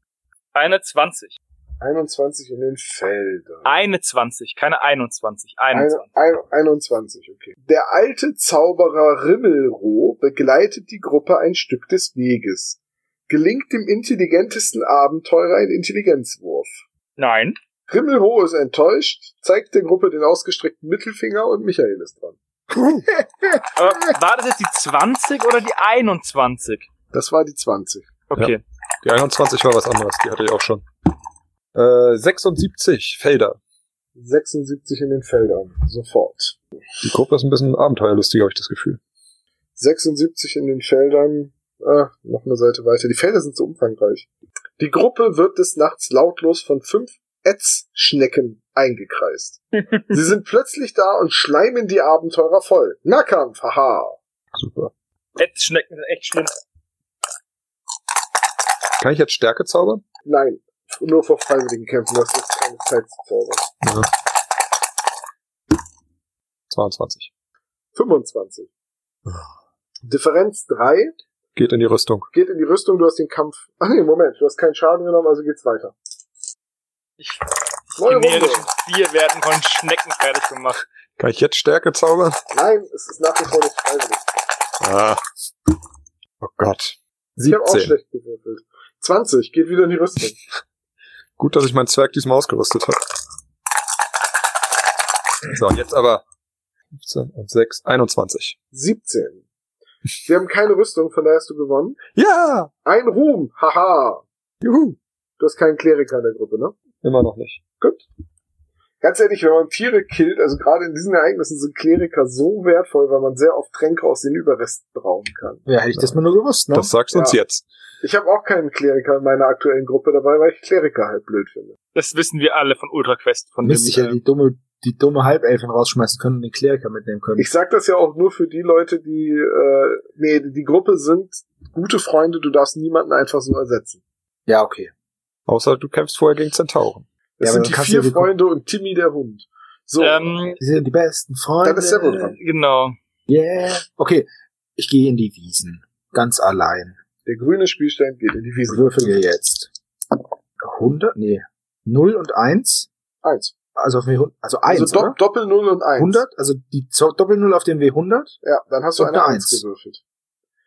B: Eine 20.
A: 21 in den Feldern.
B: Eine 20, keine 21. 21.
A: Ein- ein- 21, okay. Der alte Zauberer Rimmelroh begleitet die Gruppe ein Stück des Weges. Gelingt dem intelligentesten Abenteurer ein Intelligenzwurf.
B: Nein.
A: Rimmelroh ist enttäuscht, zeigt der Gruppe den ausgestreckten Mittelfinger und Michael ist dran.
B: Aber war das jetzt die 20 oder die 21?
A: Das war die 20.
B: Okay.
C: Die 21 war was anderes, die hatte ich auch schon. Äh, 76 Felder.
A: 76 in den Feldern. Sofort.
C: Die Gruppe ist ein bisschen abenteuerlustig, habe ich das Gefühl.
A: 76 in den Feldern. Ah, noch eine Seite weiter. Die Felder sind so umfangreich. Die Gruppe wird des Nachts lautlos von fünf Ätzschnecken eingekreist. Sie sind plötzlich da und schleimen die Abenteurer voll. Nahkampf, haha.
C: Super.
B: Ätzschnecken sind echt schlimm.
C: Kann ich jetzt Stärke zaubern?
A: Nein, nur vor freiwilligen Kämpfen, das ist keine Zeit zu zaubern.
C: 22.
A: 25. Differenz 3
C: Geht in die Rüstung.
A: geht in die Rüstung, du hast den Kampf. Ach nee, Moment, du hast keinen Schaden genommen, also geht's weiter.
B: Ich,
A: Neue
B: die
A: Runde.
B: generischen vier werden von Schnecken fertig gemacht.
C: Kann ich jetzt Stärke zaubern?
A: Nein, es ist nach wie vor nicht freiwillig.
C: Ah. Oh Gott.
A: Ich habe auch
C: 17.
A: schlecht gewürfelt. 20, geht wieder in die Rüstung.
C: Gut, dass ich meinen Zwerg diesmal ausgerüstet habe. So, und jetzt aber 15 und 6, 21.
A: 17. Wir haben keine Rüstung, von daher hast du gewonnen.
C: Ja!
A: Ein Ruhm, haha.
C: Juhu!
A: Du hast keinen Kleriker in der Gruppe, ne?
C: Immer noch nicht.
A: Ganz ehrlich, wenn man Tiere killt, also gerade in diesen Ereignissen sind Kleriker so wertvoll, weil man sehr oft Tränke aus den Überresten brauen kann.
D: Ja, hätte ich das mal nur gewusst, ne?
C: Das sagst du uns
A: Ja.
C: jetzt.
A: Ich habe auch keinen Kleriker in meiner aktuellen Gruppe dabei, weil ich Kleriker halt blöd finde.
B: Das wissen wir alle von UltraQuest. Von
D: Mist, ich
B: dem, äh,
D: hätte die dumme, die dumme Halbelfen rausschmeißen können und den Kleriker mitnehmen können.
A: Ich sag das ja auch nur für die Leute, die äh, nee, die Gruppe sind gute Freunde, du darfst niemanden einfach so ersetzen.
D: ja, okay.
C: Außer du kämpfst vorher gegen Zentauren.
A: Das
D: Ja, aber
A: sind
D: dann
A: die
D: kannst
A: vier
D: du die Gruppe-
A: Freunde und Timmy der Hund. So,
B: ähm,
D: Die sind die besten Freunde.
A: dann ist Sebo dran.
B: genau.
D: Yeah. Okay, ich gehe in die Wiesen. Ganz allein.
A: Der grüne Spielstein geht in die
D: Ich
A: Wiese.
D: würfel hier jetzt. 100? Nee. 0 und 1?
A: Eins.
D: Also auf W100. Also 1,
A: Also
D: also
A: Dopp
D: oder?
A: Doppel 0 und 1.
D: 100? Also die Zo- Doppel-Null auf dem W100?
A: Ja, dann hast du
D: Und
A: eine
D: eine
A: 1
D: Eins.
A: gewürfelt.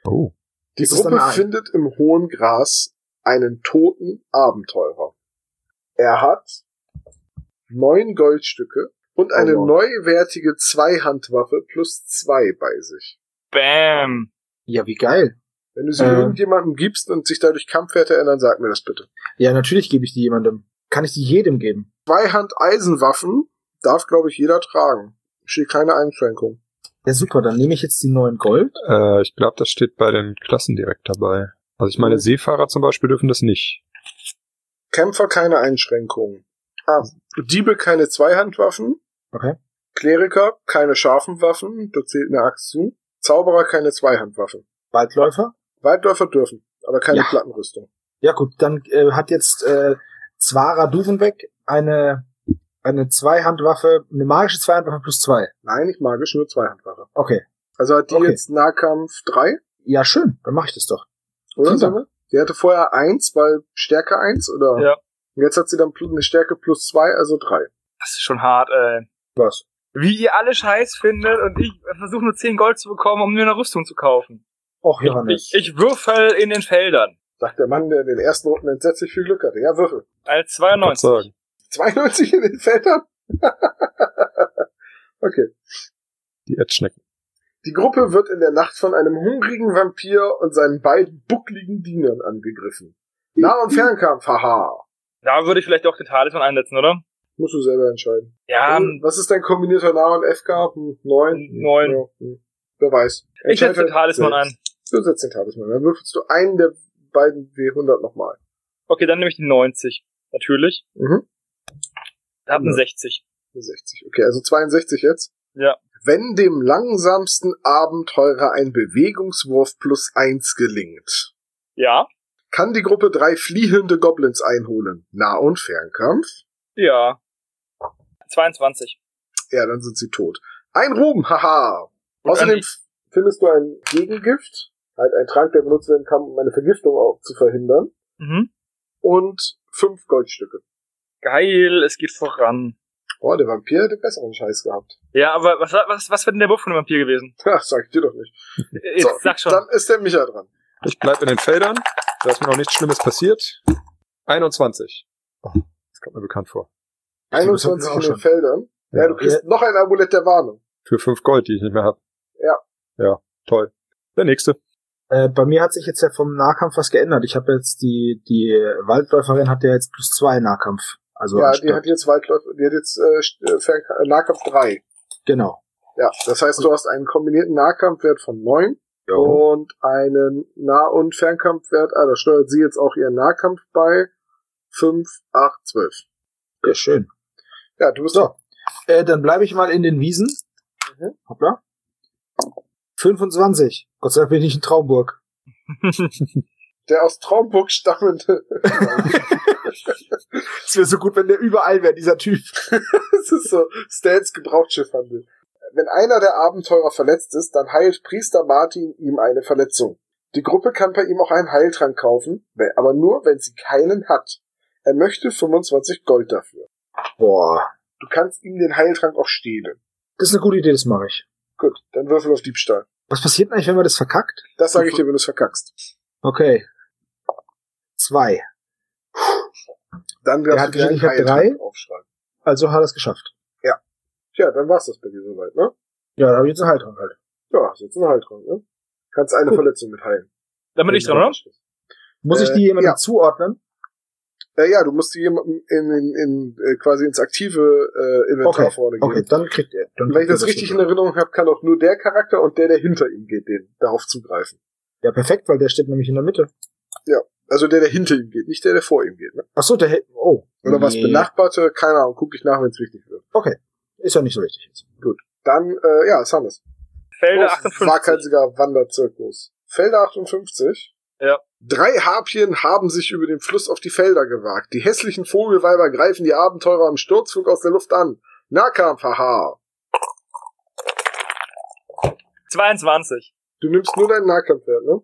C: Oh.
A: Die
D: Das ist
A: Gruppe
D: eine Eins.
A: findet im hohen Gras einen toten Abenteurer. Er hat neun Goldstücke und eine
D: wow.
A: neuwertige Zweihandwaffe plus zwei bei sich.
B: Bam.
D: Ja, wie geil.
A: Wenn du sie
D: Ähm.
A: irgendjemandem gibst und sich dadurch Kampfwerte ändern, sag mir das bitte.
D: Ja, natürlich gebe ich die jemandem. Kann ich die jedem geben?
A: Zweihand-Eisenwaffen darf, glaube ich, jeder tragen. Steht keine Einschränkung.
D: Ja, super. Dann nehme ich jetzt die neuen Gold.
C: Äh, ich glaube, das steht bei den Klassen direkt dabei. Also ich
A: Oh.
C: meine, Seefahrer zum Beispiel dürfen das nicht.
A: Kämpfer keine Einschränkungen. Ah, Diebe keine Zweihandwaffen.
D: Okay.
A: Kleriker keine scharfen Waffen, da zählt eine Axt zu. Zauberer keine Zweihandwaffen.
D: Waldläufer.
A: Waldläufer dürfen, aber keine
D: Ja.
A: Plattenrüstung.
D: Ja, gut. Dann äh, hat jetzt äh, Zwara Duvenbeck eine, eine Zweihandwaffe, eine magische Zweihandwaffe plus zwei.
A: Nein, nicht magisch, nur Zweihandwaffe.
D: Okay.
A: Also hat die
D: Okay.
A: jetzt Nahkampf 3,
D: Ja, schön, dann mache ich das doch.
A: oder?
D: Vielen
A: sagen wir? Die hatte vorher 1, weil Stärke 1, oder?
B: Ja.
A: Und jetzt hat sie dann pl- eine Stärke plus 2, also 3.
B: Das ist schon hart, ey.
D: Was?
B: Wie ihr alle Scheiß findet und ich versuche nur 10 Gold zu bekommen, um mir eine Rüstung zu kaufen.
D: Och, Johannes.
B: Ich, ich würfel in den Feldern.
A: Sagt der Mann, der in den ersten Runden entsetzlich viel Glück hatte. Ja, Würfel.
B: Als
C: Gott
B: 92.
C: sagen.
A: 92 in den Feldern? okay.
C: Die Edschnecken.
A: Die Gruppe wird in der Nacht von einem hungrigen Vampir und seinen beiden buckligen Dienern angegriffen. Nah- und Fernkampf, haha.
B: Da würde ich vielleicht auch den Talisman einsetzen, oder?
A: Musst du selber entscheiden. Hm,
B: Ja, ähm,
A: Was ist dein kombinierter Nah- und FK? Hm, Neun?
B: Neun.
A: Ja, hm. Wer weiß.
B: ich setze
A: Entscheid
B: den
A: halt
B: Talisman
A: selbst.
B: ein.
A: Du setzt den Talisman. Dann würfelst du einen der beiden W100 nochmal.
B: Okay, dann nehme ich die 90. Natürlich.
A: Mhm.
B: Da hab eine
A: Ja.
B: 60.
A: 60. Okay, also 62 jetzt.
B: Ja.
A: Wenn dem langsamsten Abenteurer ein Bewegungswurf plus eins gelingt,
B: Ja?
A: kann die Gruppe drei fliehende Goblins einholen. Nah- und Fernkampf.
B: Ja. 22.
A: Ja, dann sind sie tot. Ein Ruhm, haha.
B: Und
A: Außerdem
B: ein-
A: f- findest du ein Gegengift, halt ein Trank, der benutzt werden kann, um eine Vergiftung auch zu verhindern.
B: Mhm.
A: Und fünf Goldstücke.
B: Geil, es geht voran.
A: Boah, der Vampir hätte besseren Scheiß gehabt.
B: Ja, aber was, was, was wäre denn der Wurf von dem Vampir gewesen?
A: Ach, sag ich dir doch nicht.
B: Jetzt
A: So,
B: sag schon.
A: Dann ist der Micha dran.
C: Ich bleib in den Feldern. Da ist mir noch nichts Schlimmes passiert. 21. Oh, das kommt mir bekannt vor.
D: das hatten wir
A: 21
D: auch
A: in den
D: schon.
A: Feldern. Ja, du kriegst noch ein Amulett der Warnung.
C: Für 5 Gold, die ich nicht mehr habe.
A: Ja.
C: Ja, toll. Der nächste.
D: Äh, bei mir hat sich jetzt ja vom Nahkampf was geändert. Ich habe jetzt die, die Waldläuferin hat ja jetzt plus zwei Nahkampf. Also
A: ja, die
D: anstatt-
A: hat jetzt Waldläufer, die hat jetzt äh, St- äh, Fernka- äh, Nahkampf 3.
D: genau.
A: Ja, das heißt, du hast einen kombinierten Nahkampfwert von 9.
D: Jo.
A: und einen Nah- und Fernkampfwert. Ah, da steuert sie jetzt auch ihren Nahkampf bei. 5, 8, 12.
D: Ja, schön.
A: Ja, du bist
D: So.
A: doch.
D: Äh, dann bleibe ich mal in den Wiesen.
A: Mhm.
D: Hoppla. 25. Gott sei Dank bin ich nicht in Traumburg.
A: Der aus Traumburg stammende.
D: Es wäre so gut, wenn der überall wäre, dieser Typ.
A: das ist so Stans Gebrauchtschiffhandel. Wenn einer der Abenteurer verletzt ist, dann heilt Priester Martin ihm eine Verletzung. Die Gruppe kann bei ihm auch einen Heiltrank kaufen, we- aber nur, wenn sie keinen hat. Er möchte 25 Gold dafür.
D: Boah.
A: Du kannst ihm den Heiltrank auch stehlen.
D: Das ist eine gute Idee, das mache ich.
A: Gut, dann würfel auf Diebstahl.
D: Was passiert denn eigentlich, wenn man das verkackt?
A: Das sage ich dir, wenn du es verkackst.
D: Okay. Zwei.
A: Dann
D: Der
A: darfst
D: hat
A: du dir einen
D: gesagt, ich hab drei.
A: Heiltrank aufschreiben.
D: Also hat er es geschafft.
A: Ja, dann war's das bei dir soweit, ne?
D: Ja, da habe ich jetzt einen Heiltrank halt.
A: Ja, hast jetzt einen Heiltrank, ne? Kannst eine
D: Gut.
A: Verletzung mit heilen.
B: Dann bin ich dran, oder?
D: Muss ich
A: Äh,
D: die jemandem
A: ja.
D: zuordnen?
A: Äh, ja, du musst die jemandem in, in, in, äh, quasi ins aktive äh, Inventar vorne gehen.
D: Okay, dann kriegt er. Dann
A: Und wenn ich
D: kriegt er
A: das richtig in
D: mit.
A: Erinnerung habe, kann auch nur der Charakter und der, der hinter ihm geht, den darauf zugreifen.
D: Ja, perfekt, weil der steht nämlich in der Mitte.
A: Also der, der hinter ihm geht, nicht der, der vor ihm geht. Ne?
D: Ach so, der hält. Oh.
A: Oder was
D: Nee.
A: benachbarte, keine Ahnung, guck ich nach, wenn es wichtig wird.
D: Ist ja nicht so wichtig jetzt.
A: Dann, äh, ja, ist Hannes.
B: Felder
A: Los,
B: 58.
A: Waghalsiger Wanderzirkus. Felder 58.
B: Ja.
A: Drei Harpien haben sich über den Fluss auf die Felder gewagt. Die hässlichen Vogelweiber greifen die Abenteurer im Sturzflug aus der Luft an. Nahkampf, haha.
B: 22.
A: Du nimmst nur deinen Nahkampfwert, ne?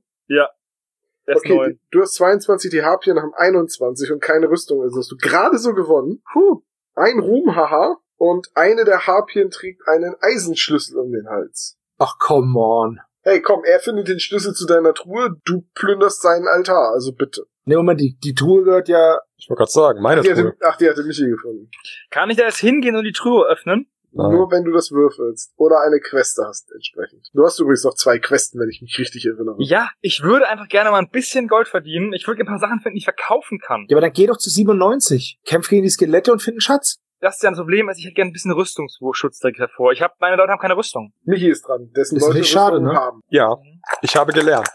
B: Der ist
A: okay,
B: 9.
A: die, du hast 22, die Harpien haben 21 und keine Rüstung. Also hast du gerade so gewonnen. Huh. Ein Ruhm, haha. Und eine der Harpien trägt einen Eisenschlüssel um den Hals.
D: Ach, come on.
A: Hey, komm, er findet den Schlüssel zu deiner Truhe, du plünderst seinen Altar, also bitte.
D: Ne, Moment, die, die Truhe gehört ja.
C: Ich wollte gerade sagen, meine
A: Die
C: ist
A: hatte,
C: wohl.
A: ach, die hatte Michi gefunden.
B: Kann ich da jetzt hingehen und die Truhe öffnen?
C: Nein.
A: Nur wenn du das würfelst. Oder eine Queste hast, entsprechend. Du hast übrigens noch zwei Questen, wenn ich mich richtig erinnere.
B: Ja, ich würde einfach gerne mal ein bisschen Gold verdienen. Ich würde ein paar Sachen finden, die ich verkaufen kann.
D: Ja, aber dann geh doch zu 97. Kämpf gegen die Skelette und find einen Schatz.
B: Das ist ja ein Problem, ist, ich hätte gerne ein bisschen Rüstungsschutz davor. Ich habe meine Leute haben keine Rüstung.
A: Michi ist dran, dessen
D: Ist
A: Leute
D: natürlich schade,
A: Rüstung
D: ne?
A: haben.
C: Ja, ich habe gelernt.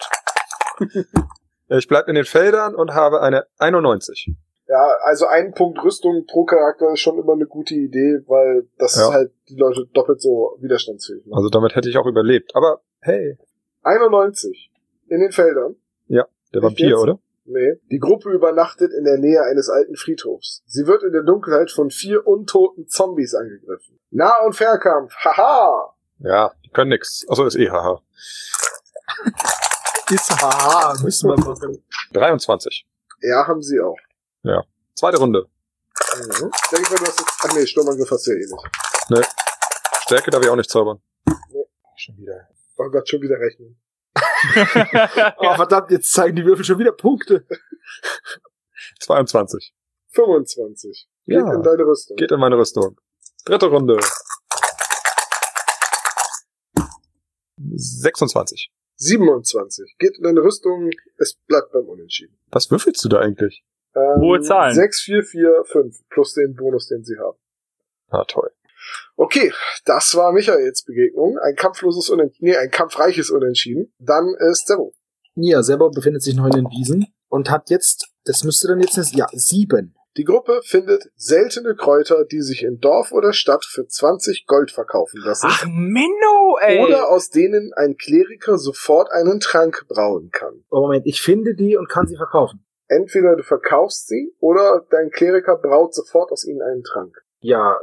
C: ich bleib in den Feldern und habe eine 91.
A: Ja, also ein Punkt Rüstung pro Charakter ist schon immer eine gute Idee, weil das
C: Ja.
A: halt die Leute doppelt so widerstandsfähig macht.
C: Also damit hätte ich auch überlebt. Aber hey,
A: 91. In den Feldern.
C: der
A: Echt jetzt?
C: Vampir, oder?
A: Nee. Die Gruppe übernachtet in der Nähe eines alten Friedhofs. Sie wird in der Dunkelheit von vier untoten Zombies angegriffen. Nah- und Fernkampf. Haha!
C: Ja, die können nix. Achso, ist eh haha.
D: Ist haha, Ah, müssen wir machen.
C: 23.
A: Ja, haben sie auch.
C: Zweite Runde.
A: Mhm. Denke ich mal, du hast jetzt. Ach nee, Sturmangriff hast du ja eh nicht.
C: Stärke darf ich auch nicht zaubern.
A: Schon wieder. Oh Gott, schon wieder rechnen.
D: Oh, verdammt, jetzt zeigen die Würfel schon wieder Punkte.
C: 22.
A: 25. Geht
C: Ja.
A: in deine Rüstung.
C: Geht in meine Rüstung. Dritte Runde. 26.
A: 27. Geht in deine Rüstung. Es bleibt beim Unentschieden.
C: Was würfelst du da eigentlich?
A: Ähm,
B: Hohe Zahlen.
A: 6, 4, 4, 5. Plus den Bonus, den sie haben.
C: Ah, toll.
A: Okay, das war Michaels Begegnung. Ein kampfloses Unentschieden. Nee, ein kampfreiches Unentschieden. Dann ist Zero.
D: Nia selber befindet sich noch in den Wiesen und hat jetzt, das müsste dann jetzt, eine- ja, sieben.
A: Die Gruppe findet seltene Kräuter, die sich in Dorf oder Stadt für 20 Gold verkaufen lassen.
B: Ach, Menno, ey.
A: Oder aus denen ein Kleriker sofort einen Trank brauen kann.
D: Oh, Moment, ich finde die und kann sie verkaufen.
A: Entweder du verkaufst sie oder dein Kleriker braut sofort aus ihnen einen Trank.
D: Ja,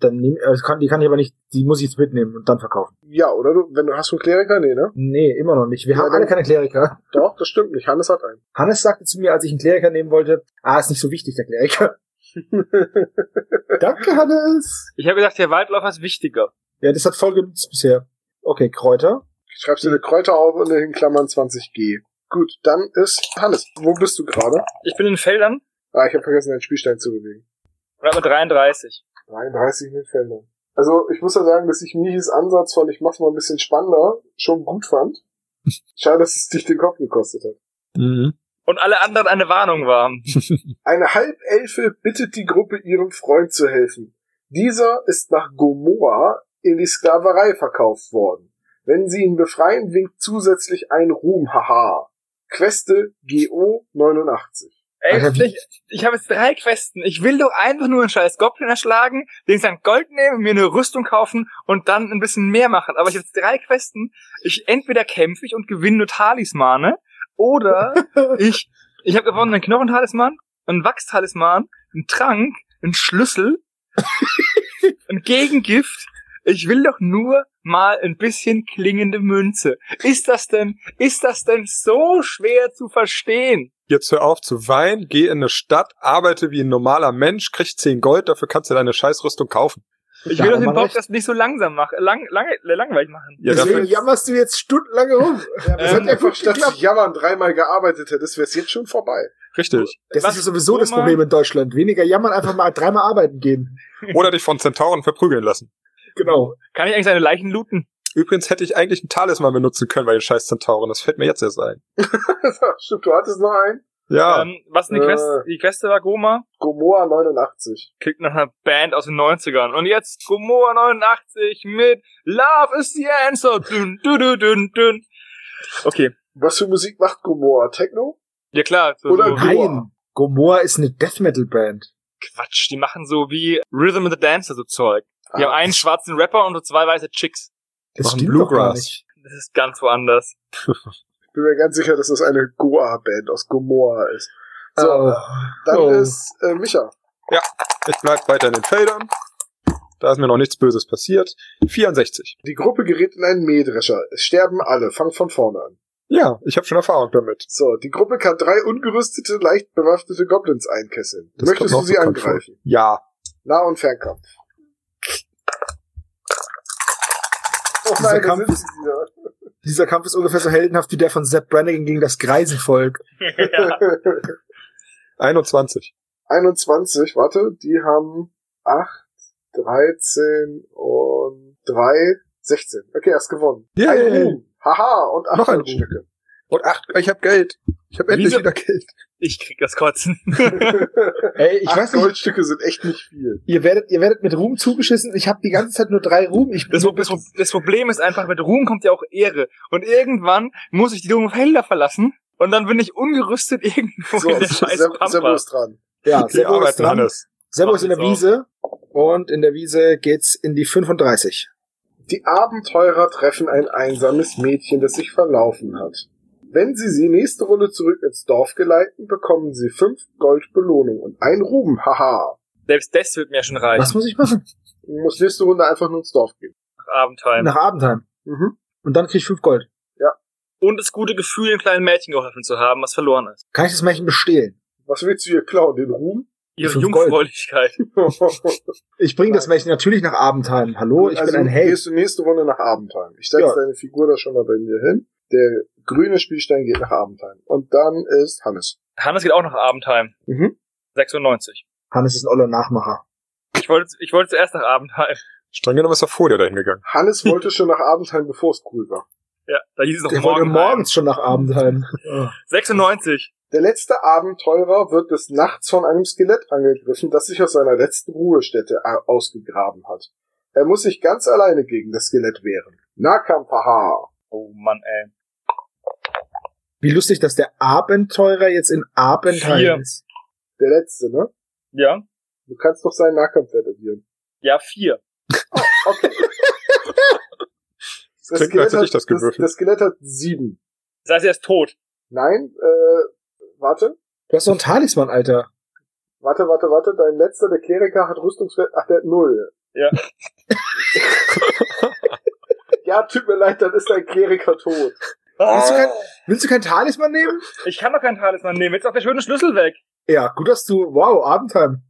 D: dann nehm, äh, kann, die kann ich aber nicht, die muss ich jetzt mitnehmen und dann verkaufen.
A: Ja, oder du, wenn du hast du einen Kleriker? Nee, ne?
D: Nee, immer noch nicht. Wir
A: Ja,
D: haben alle
A: dann-
D: keine Kleriker.
A: Doch, das stimmt nicht. Hannes hat einen.
D: Hannes sagte zu mir, als ich einen Kleriker nehmen wollte, ah, ist nicht so wichtig, der Kleriker. Danke, Hannes.
B: Ich habe gedacht, der Waldläufer ist wichtiger.
D: Ja, das hat voll genutzt bisher. Okay, Kräuter.
A: Schreibst dir eine Kräuter auf und in Klammern 20G. Gut, dann ist Hannes. Wo bist du gerade?
B: Ich bin in Feldern
A: Ah, ich habe vergessen, deinen Spielstein zu bewegen.
B: und habe 33.
A: 33 Mitfeldern. Also ich muss ja sagen, dass ich Mihis Ansatz von ich mach's mal ein bisschen spannender schon gut fand. Schade, dass es dich den Kopf gekostet hat.
C: Mhm.
B: Und alle anderen eine Warnung waren.
A: Eine Halbelfe bittet die Gruppe, ihrem Freund zu helfen. Dieser ist nach Gomorra in die Sklaverei verkauft worden. Wenn sie ihn befreien, winkt zusätzlich ein Ruhm, haha. Queste GO 89.
B: Ey,
D: Alter, wie-
B: ich, ich habe jetzt drei Questen. Ich will doch einfach nur einen scheiß Goblin erschlagen, den sein Gold nehmen, mir eine Rüstung kaufen und dann ein bisschen mehr machen. Aber ich habe jetzt drei Questen. Ich entweder kämpfe ich und gewinne nur Talismane oder ich ich habe gewonnen einen Knochentalisman, einen Wachstalisman, einen Trank, einen Schlüssel, ein Gegengift. Ich will doch nur mal ein bisschen klingende Münze. Ist das denn ist das denn so schwer zu verstehen?
C: Jetzt hör auf zu weinen, geh in eine Stadt, arbeite wie ein normaler Mensch, krieg 10 Gold, dafür kannst du deine Scheißrüstung kaufen.
B: Ich
D: Ja,
B: will
D: hat
B: doch den
D: man recht.
B: Podcast nicht so langsam machen, lang, lange, äh, langweilig machen.
C: Ja,
D: Deswegen
C: dafür,
D: jammerst du jetzt stundenlang rum.
A: Ja,
B: das hat ja
D: gut
A: statt
D: geklappt.
A: zu jammern dreimal gearbeitet hättest, wär's jetzt schon vorbei.
C: richtig.
D: Das
B: Was?
D: ist ja sowieso das
B: Oma?
D: Problem in Deutschland. Weniger jammern, einfach mal dreimal arbeiten gehen.
C: Oder dich von Zentauren verprügeln lassen.
D: Genau.
B: Kann ich eigentlich seine Leichen looten?
C: Übrigens hätte ich eigentlich einen Talisman benutzen können bei den scheiß Zentauren. Das fällt mir jetzt erst ein.
A: Stimmt, du hattest noch einen?
C: Ja,
B: Ähm, was eine
A: Äh.
B: Quest? Die Queste war Goma.
A: Gomorra 89.
B: Klingt nach einer Band aus den 90ern. Und jetzt Gomorra 89 mit Love is the answer. Dün, dün, dün, dün, dün. Okay.
A: Was für Musik macht Gomorra? Techno?
B: Ja klar. So,
A: Oder-
B: so
D: Nein. Gomorra ist eine Death Metal Band.
B: Quatsch. Die machen so wie Rhythm and the Dancer so Zeug. Die
A: Ah.
B: haben einen schwarzen Rapper und so zwei weiße Chicks.
D: Das
C: Machen
D: stimmt doch gar
C: Bluegrass.
D: nicht.
B: Das ist ganz woanders.
A: Ich bin mir ganz sicher, dass das eine Goa-Band aus Gomorra ist. So,
D: Oh.
A: dann
D: Oh.
A: ist äh, Micha.
C: ich bleib weiter in den Feldern. Da ist mir noch nichts Böses passiert. 64.
A: Die Gruppe gerät in einen Mähdrescher. Es sterben alle. Fang von vorne an.
C: Ja, ich habe schon Erfahrung damit.
A: So, die Gruppe kann drei ungerüstete, leicht bewaffnete Goblins einkesseln.
C: Das kommt
A: Möchtest
C: mir
A: du
C: auch
A: sie
C: bekannt vor.
A: angreifen?
C: Ja,
A: Nah- und Fernkampf. Oh
D: Dieser
A: nein, da
D: Kampf
A: sind sie wieder.
D: Dieser Kampf ist ungefähr so heldenhaft wie der von Sepp Brannigan gegen das Greisenvolk.
B: ja.
C: 21.
A: 21, warte, die haben 8, 13 und 3, 16. Okay, hast gewonnen.
C: Yay.
A: Ein Ruhm. Haha, und 8
C: Noch ein Ruhm.
A: Stücke.
C: Und ach, ich habe Geld. Ich habe endlich
B: Wieso-
C: wieder Geld.
B: Ich krieg das Kotzen.
D: Ey, ich
A: acht
D: weiß nicht,
A: Goldstücke sind echt nicht viel.
D: ihr werdet, ihr werdet mit Ruhm zugeschissen. Ich habe die ganze Zeit nur drei Ruhm. Ich
B: Das, das, das Problem ist einfach, mit Ruhm kommt ja auch Ehre. Und irgendwann muss ich die dummen Felder verlassen und dann bin ich ungerüstet irgendwo
A: So,
B: in der
A: Sebo
B: scheiß
A: Sebo
B: Pampa.
A: ist dran.
D: ja, Seppo
C: Wir
D: ist
C: arbeiten,
D: dran.
C: Hannes.
D: Seppo ist in der
B: Mach ich auch.
D: Wiese. Und in der Wiese geht's in die 35.
A: Die Abenteurer treffen ein einsames Mädchen, das sich verlaufen hat. Wenn sie sie nächste Runde zurück ins Dorf geleiten, bekommen sie fünf Gold Belohnung und ein Ruben. Haha.
B: Selbst das wird mir schon reichen.
D: Was muss ich machen?
A: Du musst nächste Runde einfach nur ins Dorf gehen.
B: Abendheim.
D: Nach Abendheim.
A: Mhm.
D: Und dann krieg ich fünf Gold.
B: Und das gute Gefühl, einem kleinen Mädchen geholfen zu haben, was verloren ist.
D: Kann ich das Märchen bestehlen?
A: Was willst du hier klauen? Den Ruhm?
B: Ihre
D: Fünf Gold.
B: Jungfräulichkeit.
D: Ich bringe das Märchen natürlich nach Abendheim. Hallo, Oh, ich
B: also
D: bin ein Held.
A: Also, gehst du nächste Runde nach Abendheim. Ich setze
D: Ja.
A: deine Figur da schon mal bei mir hin. Der grüne Spielstein geht nach Abendheim. Und dann ist Hannes.
B: Hannes geht auch nach Abendheim.
A: Mhm.
B: 96.
D: Hannes ist ein oller Nachmacher.
B: Ich wollte, ich wollte zuerst nach Abendheim.
C: Streng genommen ist er vor dir dahin gegangen.
A: Hannes wollte schon nach Abendheim, bevor es cool war.
B: Ja, da hieß es noch
D: Der wollte
B: morgen.
D: morgens schon nach Abendheim.
B: 96.
A: Der letzte Abenteurer wird des Nachts von einem Skelett angegriffen, das sich aus seiner letzten Ruhestätte a- ausgegraben hat. Er muss sich ganz alleine gegen das Skelett wehren. Nahkampf, haha.
B: Oh Mann, ey.
D: Wie lustig, dass der Abenteurer jetzt in Abendheim
B: Vier.
D: ist.
A: Der letzte, ne?
B: Ja?
A: Du kannst doch seinen Nahkampfwert addieren.
B: Ja, vier.
A: Okay.
C: Das klingt, als hätte ich das
A: das,
C: gewürfelt.
A: das Skelett hat sieben.
B: Das heißt, er ist tot.
A: Nein, äh, warte,
D: Du hast doch einen Talisman, Alter.
A: warte, warte, warte. Dein letzter, der Kleriker, hat Rüstungswert. Ach, der hat null.
B: Ja.
A: ja, tut mir leid, dann ist dein Kleriker tot.
D: Hast du
B: Ah,
D: kein- Willst du keinen Talisman nehmen?
B: ich kann doch keinen Talisman nehmen. Jetzt ist auch der schöne Schlüssel weg.
D: Ja, gut, dass du. Wow, Abendheim.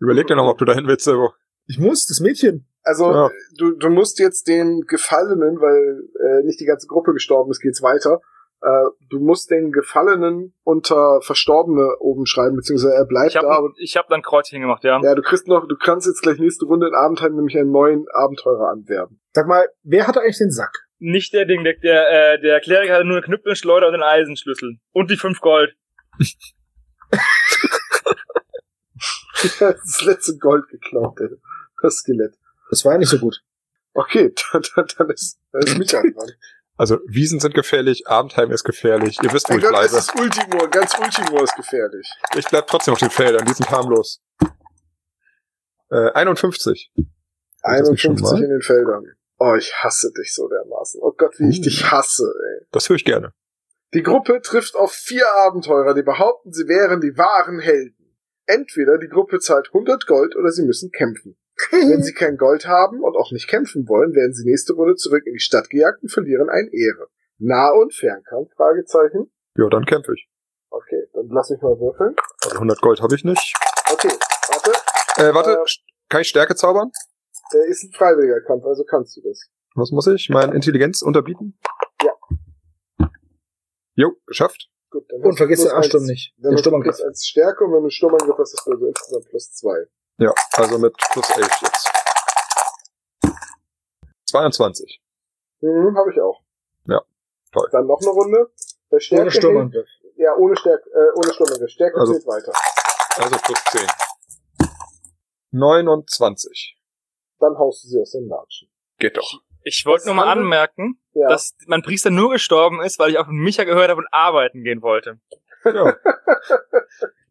C: Überleg dir noch, ob du dahin willst, Silvo.
D: Ich muss, das Mädchen.
A: Also
C: Ja.
A: du, du musst jetzt den Gefallenen, weil äh, nicht die ganze Gruppe gestorben ist, geht's weiter. Äh, du musst den Gefallenen unter Verstorbene oben schreiben, beziehungsweise er bleibt
B: Ich habe
A: da. Und,
B: ich hab dann Kreuzchen gemacht, ja.
A: ja, du kriegst noch, du kannst jetzt gleich nächste Runde in Abendheim nämlich einen neuen Abenteurer anwerben.
D: Sag mal, wer hatte eigentlich den Sack?
B: Nicht der Ding, der, der, äh, der Kleriker hatte nur eine Knüppelschleuder und einen Eisenschlüssel. Und die fünf Gold.
A: das letzte Gold geklaut, ey. das Skelett.
D: Das war ja nicht so gut.
A: Okay, dann, dann, dann ist, dann ist mich dran.
C: Also, Wiesen sind gefährlich, Abendheim ist gefährlich. Ihr wisst, wo
A: Mein
C: ich
A: Gott, das
C: bleibe.
A: ist Ultimor, ganz Ultimor ist gefährlich.
C: Ich bleib trotzdem auf den Feldern, die sind harmlos. Äh, 51. Hab ich das nicht schon
A: 51
C: mal?
A: in den Feldern. Oh, ich hasse dich so dermaßen. Oh Gott, wie ich
C: Uh.
A: dich hasse, ey.
C: Das höre ich gerne.
A: Die Gruppe trifft auf vier Abenteurer, die behaupten, sie wären die wahren Helden. Entweder die Gruppe zahlt 100 Gold oder sie müssen kämpfen. Wenn sie kein Gold haben und auch nicht kämpfen wollen, werden sie nächste Runde zurück in die Stadt gejagt und verlieren ein Ehre. Nah- und Fernkampf? Fragezeichen.
C: Ja, dann kämpfe ich.
A: Okay, dann lass mich mal würfeln.
C: Also 100 Gold habe ich nicht.
A: Okay, warte.
C: Äh, warte,
A: Äh,
C: st- kann ich Stärke zaubern?
A: Der ist ein freiwilliger Kampf, also kannst du das.
C: Was muss ich? Mein Intelligenz unterbieten?
A: Ja.
C: Jo, geschafft.
A: Gut, dann hast
D: Und
A: du
D: vergiss
A: plus
D: den
A: eins.
D: Ansturm nicht.
A: Dann
D: Den
A: hast du plus
D: Sturmangriff.
A: eins Stärke und wenn du Sturmangriff hast, hast du also insgesamt plus zwei.
C: Ja, also mit plus 11 jetzt. 22.
A: Mhm, habe ich auch.
C: Ja, toll.
A: Dann noch eine Runde. Der
D: Ohne
A: Stärke-
D: Sturmangriff.
A: Ja, ohne Stärke, äh, ohne Sturmangriff. Stärke
C: Also-
A: zählt weiter.
C: Also plus 10. 29.
A: Dann haust du sie aus den Latschen.
C: Geht doch.
B: Ich wollte
A: Das
B: nur mal
A: andere-
B: anmerken,
A: Ja.
B: dass mein Priester nur gestorben ist, weil ich auf den Micha gehört habe und arbeiten gehen wollte.
C: Ja.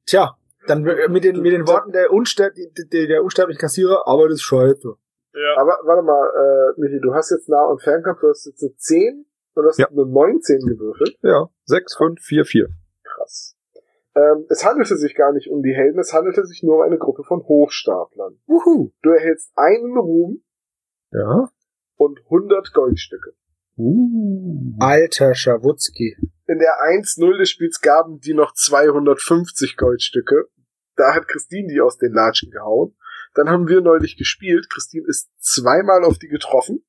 D: Tja, dann mit den, mit den Worten der, Unster der, der unsterblichen Kassierer, aber das ist scheiße.
B: Ja.
A: Aber warte mal, äh, Michi, du hast jetzt Nah- und Fernkampf, du hast jetzt eine 10 und hast
C: Ja.
A: eine 19 gewürfelt.
C: ja. 6, 5, 4, 4.
A: Krass. Ähm, es handelte sich gar nicht um die Helden, es handelte sich nur um eine Gruppe von Hochstaplern.
C: Wuhu.
A: Du erhältst einen Ruhm
C: Ja.
A: und 100 Goldstücke.
C: Uh.
D: Alter Schawutzki.
A: In der 1-0 des Spiels gaben die noch 250 Goldstücke. Da hat Christine die aus den Latschen gehauen. Dann haben wir neulich gespielt. Christine ist zweimal auf die getroffen.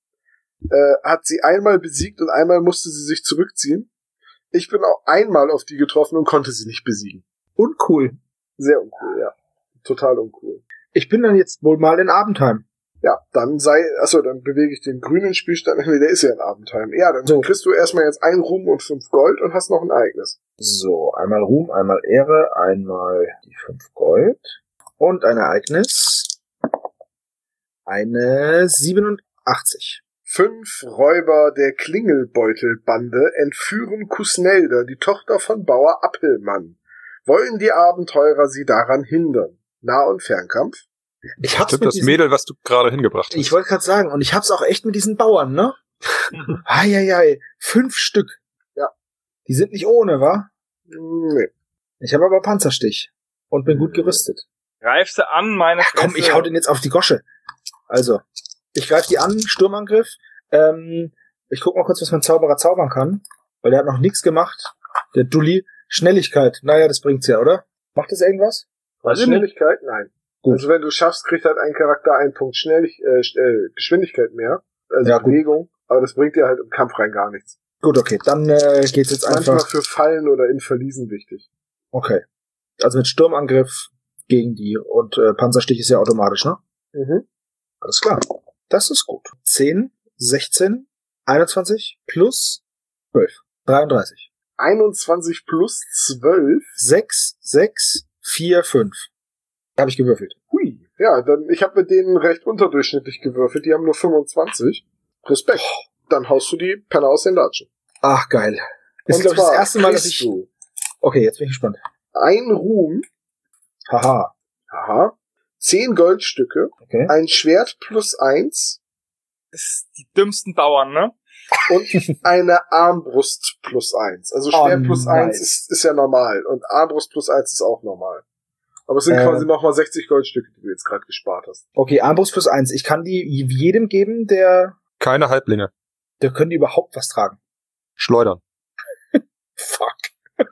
A: Äh, hat sie einmal besiegt und einmal musste sie sich zurückziehen. Ich bin auch einmal auf die getroffen und konnte sie nicht besiegen.
D: Uncool.
A: Sehr uncool, ja. Total uncool.
D: Ich bin dann jetzt wohl mal in Abendheim.
A: Ja, dann sei, achso, dann bewege ich den grünen Spielstand. Nee, der ist ja in Abendheim. Ja, dann
D: So.
A: kriegst du erstmal jetzt einen Ruhm und fünf Gold und hast noch ein eigenes.
D: So, einmal Ruhm, einmal Ehre, einmal die fünf Gold und ein Ereignis. Eine 87.
A: Fünf Räuber der Klingelbeutelbande entführen Kusnelda, die Tochter von Bauer Appelmann. Wollen die Abenteurer sie daran hindern? Nah- und Fernkampf?
D: Ich hab's
C: Stimmt
D: mit
C: das
D: diesen,
C: Mädel, was du gerade hingebracht hast.
D: ich wollte gerade sagen, und ich hab's auch echt mit diesen Bauern, ne? Eieiei, fünf Stück.
A: Ja.
D: Die sind nicht ohne, wa?
A: Nee.
D: Ich habe aber Panzerstich und bin gut gerüstet.
B: Greifst du an, meine
D: Komm, ich hau den jetzt auf die Gosche. Also, Ich greife die an, Sturmangriff. Ähm, ich guck mal kurz, was mein Zauberer zaubern kann, weil der hat noch nichts gemacht. Der Dulli. Schnelligkeit. Naja, das bringt's ja, oder? Macht das irgendwas?
A: Was
B: ich nicht.
A: Also Schnelligkeit? Nein.
D: Gut.
A: Also wenn du schaffst, kriegt halt ein Charakter einen Punkt Schnell, äh, Sch- äh, Geschwindigkeit mehr, also
D: Ja, gut.
A: Bewegung, aber das bringt dir halt im Kampf rein gar nichts.
D: Gut, okay. Dann äh, geht's jetzt
A: Ist manchmal
D: einfach.
A: für Fallen oder in Verliesen wichtig.
D: Okay. Also mit Sturmangriff gegen die und äh, Panzerstich ist ja automatisch, ne?
A: Mhm.
D: Alles klar. Das ist gut. 10, 16, 21 plus 12. 33.
A: 21 plus 12.
D: 6, 6, 4, 5. Habe ich gewürfelt.
A: Hui. Ja, dann ich habe mit denen recht unterdurchschnittlich gewürfelt. Die haben nur 25. Respekt. Dann haust du die Penner aus den Latschen.
D: Ach, geil. Ist,
A: Und
D: glaube ich, das
A: zwar
D: erste Mal, dass
A: kriegst
D: ich...
A: du
D: Okay, jetzt bin ich gespannt.
A: ein Ruhm,
D: Haha.
A: aha, 10 Goldstücke,
D: Okay.
A: ein Schwert plus 1
B: Das sind die dümmsten Bauern, ne?
A: und eine Armbrust plus 1. Also
D: Oh,
A: Schwert plus 1
D: nice.
A: ist, ist ja normal und Armbrust plus 1 ist auch normal. Aber es sind
D: Ähm.
A: quasi nochmal 60 Goldstücke, die du jetzt gerade gespart hast.
D: Okay, Armbrust plus 1. Ich kann die jedem geben, der...
C: Keine Halblinge.
D: Der können die überhaupt was tragen.
C: Schleudern.
D: Fuck.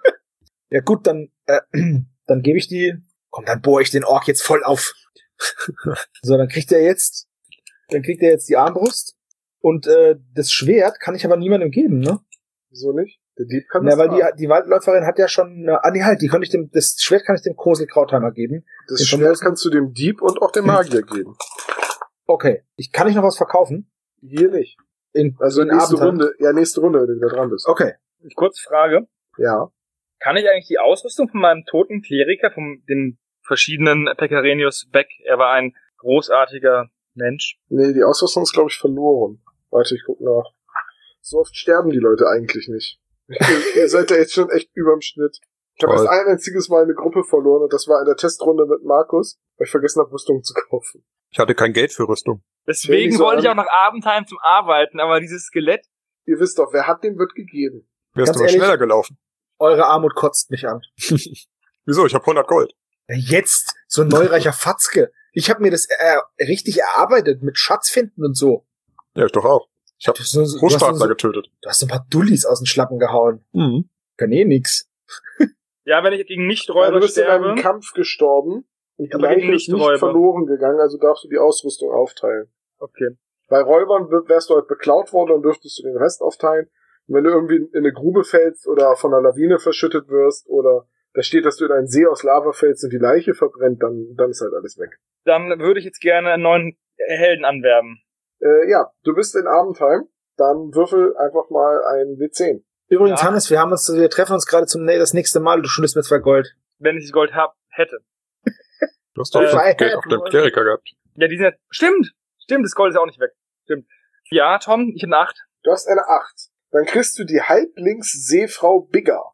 D: ja gut, dann, äh, dann gebe ich die. Komm, dann bohre ich den Ork jetzt voll auf. so, dann kriegt er jetzt, dann kriegt er jetzt die Armbrust und äh, das Schwert kann ich aber niemandem geben, ne?
A: Wieso nicht? Der Dieb kann
D: Na,
A: das
D: weil
A: tragen.
D: die, die Waldläuferin hat ja schon, äh, ah nee, halt, die könnte ich dem, das Schwert kann ich dem Kosel Krautheimer geben.
A: Das
D: den von
A: Schwert
D: außen-
A: kannst du dem Dieb und auch dem Magier geben.
D: Okay, ich kann ich noch was verkaufen?
A: Hier nicht.
D: In,
A: Also
D: in
A: nächste
D: Abenteuern?
A: Runde, ja, nächste Runde, wenn du wieder dran bist.
D: Okay.
B: Ich kurze Frage.
A: Ja.
B: Kann ich eigentlich die Ausrüstung von meinem toten Kleriker, von den verschiedenen Pecarenius weg, er war ein großartiger Mensch.
A: Nee, die Ausrüstung ist, glaube ich, verloren. Warte, ich guck nach. So oft sterben die Leute eigentlich nicht. Ihr seid ja jetzt schon echt überm Schnitt. Ich habe
C: Toll.
A: erst ein einziges Mal eine Gruppe verloren und das war in der Testrunde mit Markus, weil ich vergessen habe, Rüstung zu kaufen.
C: Ich hatte kein Geld für Rüstung.
A: Stell
B: Deswegen
A: dich so
B: wollte ich
A: an.
B: auch nach Abenteuern zum Arbeiten, aber dieses Skelett,
A: Ihr wisst doch, wer hat, dem wird gegeben.
C: Wärst
D: Ganz
C: du mal
D: ehrlich?
C: schneller gelaufen.
D: Eure Armut kotzt mich an.
C: Wieso? Ich habe 100 Gold.
D: Ja, Äh, Jetzt, so ein neureicher Fatzke. Ich habe mir das äh, richtig erarbeitet mit Schatzfinden und so.
C: Ja, ich doch auch. Ich habe
D: Du hast, so- du, hast so,
C: Großstadler
D: du
C: getötet.
D: hast so ein paar Dullis aus den Schlappen gehauen.
C: Mhm.
D: Kann eh nix.
B: ja, wenn ich
A: Weil
B: gegen
A: du
B: Nichträuber
A: bist in einem
B: sterbe,
A: Kampf gestorben und die
B: Aber gegen
A: Leiche ist nicht
B: Nichträuber.
A: verloren gegangen, also darfst du die Ausrüstung aufteilen.
B: okay.
A: Bei Räubern w- wärst du halt beklaut worden, dann dürftest du den Rest aufteilen. Und wenn du irgendwie in eine Grube fällst oder von einer Lawine verschüttet wirst oder da steht, dass du in einen See aus Lava fällst und die Leiche verbrennt, dann, dann ist halt alles weg.
B: Dann würde ich jetzt gerne einen neuen Helden anwerben.
A: Äh, ja, du bist in Abendheim, dann würfel einfach mal ein W10.
D: Übrigens,
B: Ja.
D: Hannes, wir haben uns, wir treffen uns gerade zum nee, das nächste Mal. Du schuldest mir zwei Gold.
B: Wenn ich das Gold hab, hätte.
C: Du hast doch
B: Äh,
C: fünf
D: Freiheit,
C: Geld auf deinem
D: Leute.
C: Kleriker gehabt.
B: Ja, die sind ja, stimmt, stimmt, das Gold ist ja auch nicht weg. Stimmt. Ja, Tom, ich hab eine Acht.
A: Du hast eine 8. Dann kriegst du die Halblings-Seefrau Bigger.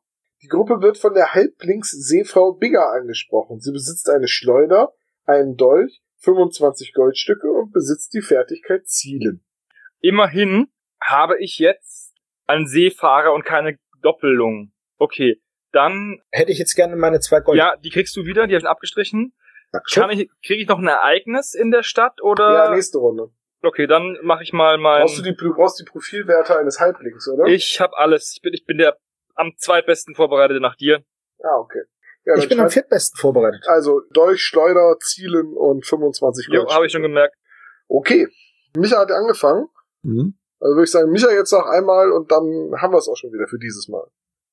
A: Die Gruppe wird von der Halblings-Seefrau Bigger angesprochen. Sie besitzt eine Schleuder, einen Dolch, 25 Goldstücke und besitzt die Fertigkeit Zielen.
B: Immerhin habe ich jetzt einen Seefahrer und keine Doppelung. Okay, dann,
D: Hätte ich jetzt gerne meine zwei Gold.
B: ja, die kriegst du wieder, die habe ich abgestrichen.
D: Dankeschön.
B: Kann ich, kriege ich noch ein Ereignis in der Stadt
A: Ja,
B: oder?
A: nächste Runde.
B: okay, dann mache ich mal mein.
A: Brauchst du, die, ne? du brauchst die Profilwerte eines Halblings, oder?
B: Ich habe alles. Ich bin, ich bin der am zweitbesten vorbereitete nach dir.
A: Ah, okay. Ja,
D: ich
A: dann
D: bin am
A: schreib-
D: viertbesten vorbereitet.
A: Also Dolch, Schleuder, Zielen und 25
B: Jo,
A: Goldstücke.
B: habe ich schon gemerkt.
A: Okay. Micha hat angefangen.
C: Mhm.
A: Also würde ich sagen, Micha jetzt noch einmal und dann haben wir es auch schon wieder für dieses Mal.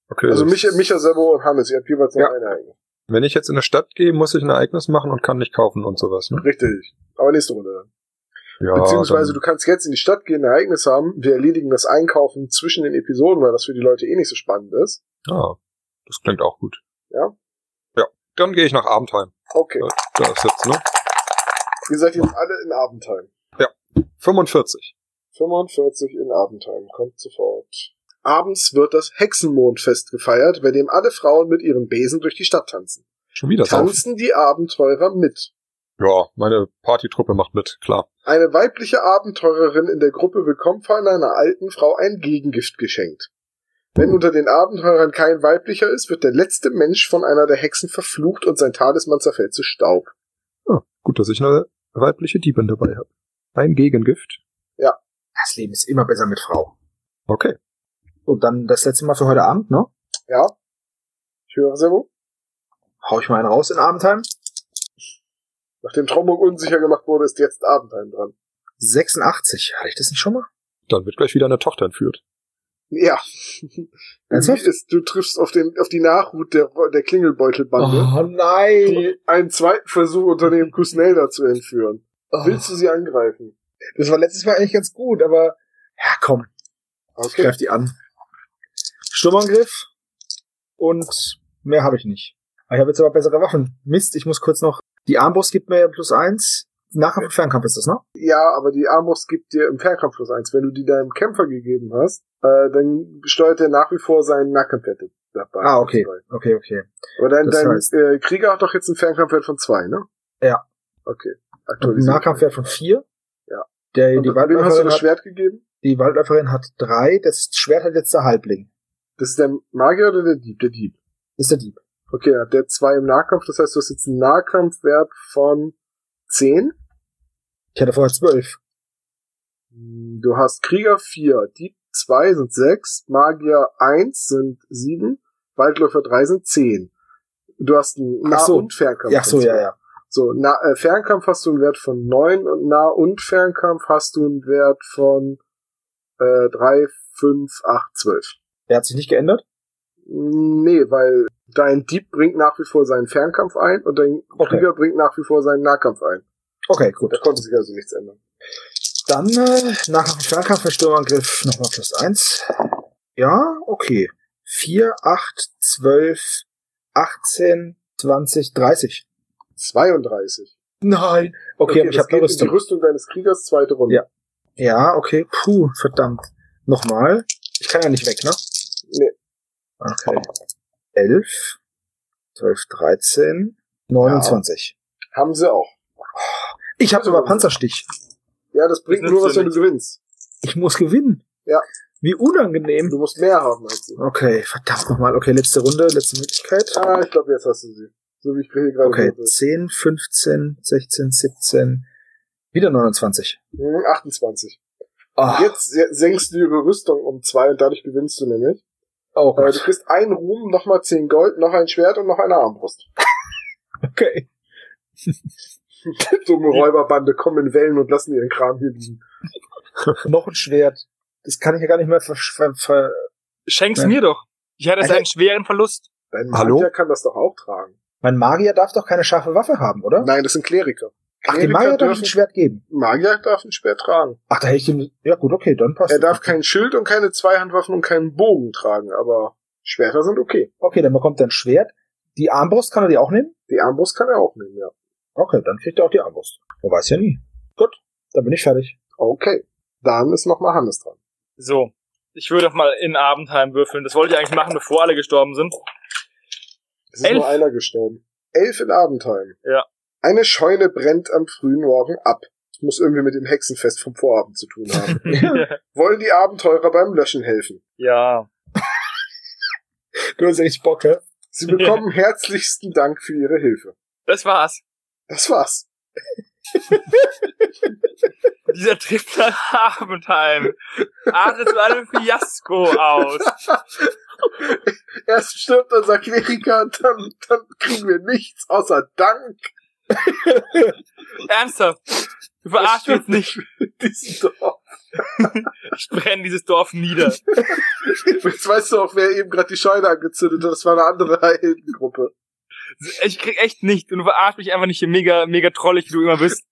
C: Okay.
A: Also
C: das-
A: Micha, Micha, Sebo und Hannes, ihr habt jeweils noch
C: Ja.
A: eine eigene.
C: Wenn ich jetzt in eine Stadt gehe, muss ich ein Ereignis machen und kann nicht kaufen und sowas. Ne?
A: Richtig. Aber nächste Runde dann.
C: Ja,
A: Beziehungsweise
C: dann-
A: du kannst jetzt in die Stadt gehen, ein Ereignis haben. Wir erledigen das Einkaufen zwischen den Episoden, weil das für die Leute eh nicht so spannend ist.
C: Ah, das klingt auch gut.
A: Ja?
C: Ja. Dann gehe ich nach Abendheim.
A: Okay.
C: Ja. Da ist jetzt, ne?
A: Ihr seid jetzt alle in Abendheim.
C: 45.
A: 45 in Abendheim. Kommt sofort. Abends wird das Hexenmondfest gefeiert, bei dem alle Frauen mit ihren Besen durch die Stadt tanzen.
C: Schon wieder saufen.
A: Tanzen die Abenteurer mit.
C: Ja, meine Partytruppe macht mit, klar.
A: Eine weibliche Abenteurerin in der Gruppe bekommt von einer alten Frau ein Gegengift geschenkt. Wenn unter den Abenteurern kein weiblicher ist, wird der letzte Mensch von einer der Hexen verflucht und sein Talisman zerfällt zu Staub.
C: Gut, dass ich eine weibliche Diebin dabei habe. Ein Gegengift.
D: Das Leben ist immer besser mit Frau.
C: Okay.
D: Und dann das letzte Mal für heute Abend, ne?
A: Ja. Ich höre Servo.
D: Hau ich mal einen raus in Abendheim.
A: Nachdem Traumburg unsicher gemacht wurde, ist jetzt Abendheim dran.
D: 86. Hatte ich das nicht schon mal?
C: Dann wird gleich wieder eine Tochter entführt.
A: Ja.
D: Ernsthaft?
A: Ist, du triffst auf, den, auf die Nachhut der, der
D: Oh. ne?
A: Klingelbeutelbande,
D: nein.
A: die einen zweiten Versuch unternehmen, Kusnelda zu entführen.
D: Oh.
A: Willst du sie angreifen?
D: Das war letztes Mal eigentlich ganz gut, aber. Ja, komm, ich
A: Okay.
D: greif die an. Sturmangriff. Und mehr habe ich nicht. Aber Ich habe jetzt aber bessere Waffen. Mist, ich muss kurz noch. Die Armbrust gibt mir plus eins. Nahkampf und Fernkampf ist das, ne?
A: Ja, aber die Armbrust gibt dir im Fernkampf plus eins. Wenn du die deinem Kämpfer gegeben hast, äh, dann steuert er nach wie vor seinen Nahkampfwert dabei.
D: Ah, okay. Okay, okay.
A: Aber dein,
D: Das
A: dein
D: heißt-
A: äh, Krieger hat doch jetzt einen Fernkampfwert von zwei, ne?
D: Ja.
A: Okay.
D: Und ein
A: Aktualisiert.
D: Nahkampfwert von vier.
A: Ja.
D: Der,
A: Und
D: die,
A: wem hast du
D: Waldläuferin
A: das
D: hat,
A: Schwert gegeben?
D: die Waldläuferin hat drei. Das Schwert hat jetzt der Halbling.
A: Das ist der Magier oder der Dieb? Der Dieb.
D: Das ist der Dieb.
A: Okay, dann hat der zwei im Nahkampf, das heißt, du hast jetzt einen Nahkampfwert von zehn.
D: Ich hatte vorher zwölf.
A: Hm, Du hast Krieger 4, Dieb 2 sind 6, Magier 1 sind 7, Waldläufer 3 sind 10. Du hast einen
D: Ach
A: Nah-
D: so.
A: und Fernkampf.
D: Ja, so,
A: von
D: ja,
A: zwei.
D: ja.
A: So, Na äh, Fernkampf hast du einen Wert von 9 und Nah- und Fernkampf hast du einen Wert von äh, 3, 5, 8, 12.
D: Der hat sich nicht geändert.
A: Nee, weil dein Dieb bringt nach wie vor seinen Fernkampf ein und dein
D: Okay.
A: Krieger bringt nach wie vor seinen Nahkampf ein.
D: Okay, gut.
A: Da konnte sich also nichts ändern.
D: Dann äh, nach dem Fernkampf für Sturmangriff nochmal plus eins. Ja, okay. 4, 8, 12, 18, 20, 30.
A: 32.
D: Nein. Okay, aber ich
A: das
D: habe eine
A: geht in Die
D: Rüstung.
A: Rüstung deines Kriegers, zweite Runde.
D: Ja. Ja, okay. Puh, verdammt. Nochmal. Ich kann ja nicht weg, ne?
A: Nee.
D: Okay. 11, 12, 13, 29.
A: Haben sie auch.
D: Ich habe sogar Panzerstich.
A: Ja, das bringt
B: Das
A: nur
B: nützt
A: was,
B: dir
A: wenn du gewinnst.
D: Ich muss gewinnen.
A: Ja.
D: Wie unangenehm.
A: Du musst mehr haben als du.
D: Okay, verdammt nochmal. Okay, letzte Runde, letzte Möglichkeit.
A: Ah, ich glaube, jetzt hast du sie. So wie ich hier gerade
D: Okay,
A: höre.
D: 10, 15, 16, 17, wieder 29.
A: Hm, 28.
D: Ah,
A: Jetzt se- senkst du ihre Rüstung um zwei und dadurch gewinnst du nämlich.
D: oh
A: Äh, du
D: Gott.
A: kriegst einen Ruhm, nochmal 10 Gold, noch ein Schwert und noch eine Armbrust.
D: Okay.
A: Dumme Räuberbande kommen in Wellen und lassen ihren Kram hier liegen.
D: Noch ein Schwert. Das kann ich ja gar nicht mehr ver... ver, ver
B: Schenk's
D: Nein.
B: mir doch. Ich hatte jetzt
D: Alter.
B: einen schweren Verlust.
A: Dein
C: Hallo?
A: Magier kann das doch auch tragen.
D: mein Magier darf doch keine scharfe Waffe haben, oder?
A: Nein, das sind Kleriker.
D: Ach, dem
A: Kleriker
D: Magier darf ich
A: dürfen-
D: ein Schwert geben.
A: Magier darf ein Schwert tragen.
D: Ach, da hätte ich ihm... Ja gut, okay, dann passt.
A: Er darf kein Schild und keine Zweihandwaffen und keinen Bogen tragen, aber Schwerter sind okay.
D: Okay, dann bekommt er ein Schwert. Die Armbrust kann er die auch nehmen?
A: Die Armbrust kann er auch nehmen, ja.
D: Okay, dann kriegt er auch die Armbrust. Man weiß ja nie. Gut, dann bin ich fertig.
A: Okay. Dann ist nochmal Hannes dran.
B: So. Ich würde doch mal in Abendheim würfeln. Das wollte ich eigentlich machen, bevor alle gestorben sind.
A: Es ist
B: Elf.
A: nur einer gestorben. Elf in Abendheim.
B: Ja.
A: Eine Scheune brennt am frühen Morgen ab. Das muss irgendwie mit dem Hexenfest vom Vorabend zu tun haben. Wollen die Abenteurer beim Löschen helfen?
B: ja.
D: Du hast echt Bock, hä?
A: Sie bekommen herzlichsten Dank für ihre Hilfe.
B: Das war's.
A: Das war's.
B: Dieser Trip nach Abendheim artet zu einem Fiasko aus.
A: Erst stirbt unser Kleriker, dann, dann kriegen wir nichts außer Dank.
B: Ernsthaft. Du verarschst mich jetzt nicht.
A: Diesen Dorf.
B: Ich brenne dieses Dorf nieder.
A: Jetzt weißt du auch, wer eben gerade die Scheune angezündet hat. Das war eine andere Heldengruppe.
B: Ich krieg echt nicht. Und du verarschst mich einfach nicht hier mega, mega trollig, wie du immer bist.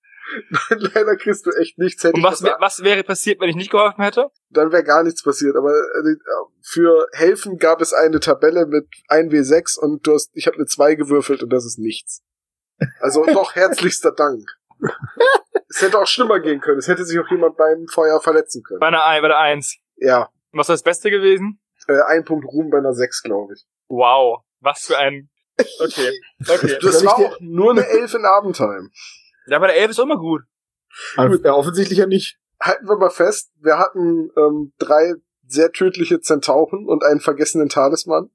A: Leider kriegst du echt nichts. Hätte
B: Und
A: ich
B: was, wär- was wäre passiert, wenn ich nicht geholfen hätte?
A: dann wäre gar nichts passiert. Aber äh, für Helfen gab es eine Tabelle mit 1W6 und du hast, ich habe eine 2 gewürfelt und das ist nichts. Also doch herzlichster Dank. es hätte auch schlimmer gehen können. Es hätte sich auch jemand beim Feuer verletzen können.
B: Bei einer, Ei- bei der Eins.
A: Ja,
B: Und Was war das Beste gewesen?
A: äh, ein Punkt Ruhm bei einer 6, glaube ich.
B: Wow. Was für ein... Okay. Okay.
A: Das
D: Soll
A: war
D: ich dir-
A: auch nur eine 11 in Abendheim.
B: Ja, aber der Elf ist immer gut.
D: Ja, offensichtlich ja nicht.
A: Halten wir mal fest, wir hatten ähm, drei sehr tödliche Zentauren und einen vergessenen Talisman.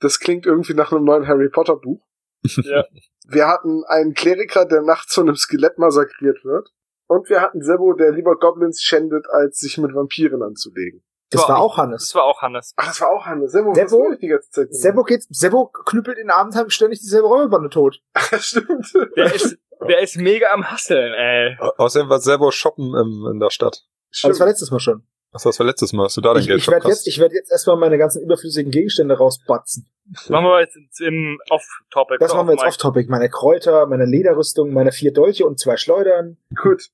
A: Das klingt irgendwie nach einem neuen Harry Potter Buch.
B: Ja.
A: Wir hatten einen Kleriker, der nachts von einem Skelett massakriert wird. Und wir hatten Sebo, der lieber Goblins schändet, als sich mit Vampiren anzulegen.
D: Das
B: war
D: war
B: auch-
D: auch Hannes.
B: Das war auch Hannes.
A: Ach, das war auch Hannes. Sebo, was
D: Sebo?
A: soll ich die ganze Zeit?
D: Sebo geht, Sebo knüppelt in Abendheim ständig dieselbe Räuberbande tot. Also
A: Ach, stimmt.
B: Der ist, der ist mega am Hasseln, ey.
C: Au- Außerdem war Servo shoppen im, in der
D: Aber
C: Stadt.
D: Also, das war
A: stimmt.
D: letztes Mal schon.
C: Was das war letztes Mal, hast du da dein
D: Ich,
C: Geld
D: ich werde jetzt,
C: verpasst?
D: ich werd jetzt erstmal meine ganzen überflüssigen Gegenstände rausbatzen.
B: Machen wir jetzt ins- im Off-Topic.
D: Das
B: oder
D: machen wir jetzt
B: Off-Mic.
D: off-topic. Meine Kräuter, meine Lederrüstung, meine vier Dolche und zwei Schleudern.
A: Gut.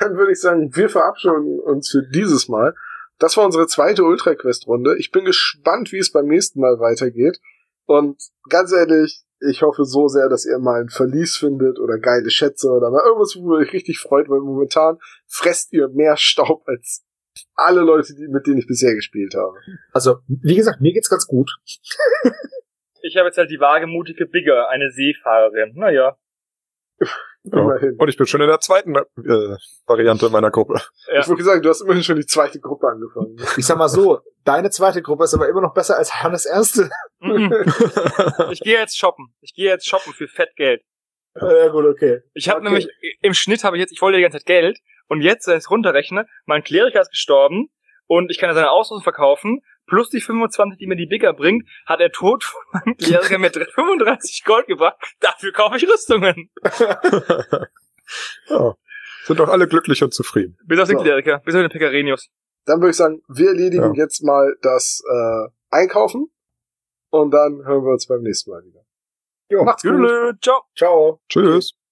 A: Dann würde ich sagen, wir verabschieden uns für dieses Mal. Das war unsere zweite Ultra-Quest-Runde. Ich bin gespannt, wie es beim nächsten Mal weitergeht. Und ganz ehrlich, ich hoffe so sehr, dass ihr mal ein Verlies findet oder geile Schätze oder mal irgendwas, wo ihr euch richtig freut, weil momentan fresst ihr mehr Staub als alle Leute, die, mit denen ich bisher gespielt habe.
D: Also, wie gesagt, mir geht's ganz gut.
B: Ich habe jetzt halt die wagemutige Bigger, eine Seefahrerin. Naja.
A: Immerhin.
C: Und ich bin schon in der zweiten äh, Variante meiner Gruppe.
B: Ja.
A: Ich würde sagen, du hast immerhin schon die zweite Gruppe angefangen.
D: Ich sag mal so, deine zweite Gruppe ist aber immer noch besser als Hannes erste.
B: Mhm. Ich gehe jetzt shoppen. Ich gehe jetzt shoppen für Fettgeld.
D: Ja, gut, okay.
B: Ich habe
A: Okay.
B: nämlich, im Schnitt habe ich jetzt, ich wollte die ganze Zeit Geld und jetzt, wenn ich es runterrechne, mein Kleriker ist gestorben und ich kann ja seine Ausrüstung verkaufen, plus die 25, die mir die Bigger bringt, hat der Tod von meinem Kleriker mir 35 Gold gebracht. Dafür kaufe ich Rüstungen.
C: ja. Sind doch alle glücklich und zufrieden.
B: Bis auf den
A: So.
B: Kleriker, bis auf den Pekarenius.
A: Dann würde ich sagen, wir erledigen
C: Ja.
A: jetzt mal das äh, Einkaufen und dann hören wir uns beim nächsten Mal wieder.
D: Jo.
A: Macht's gut.
B: Tschüss. Ciao.
D: Ciao.
C: Tschüss.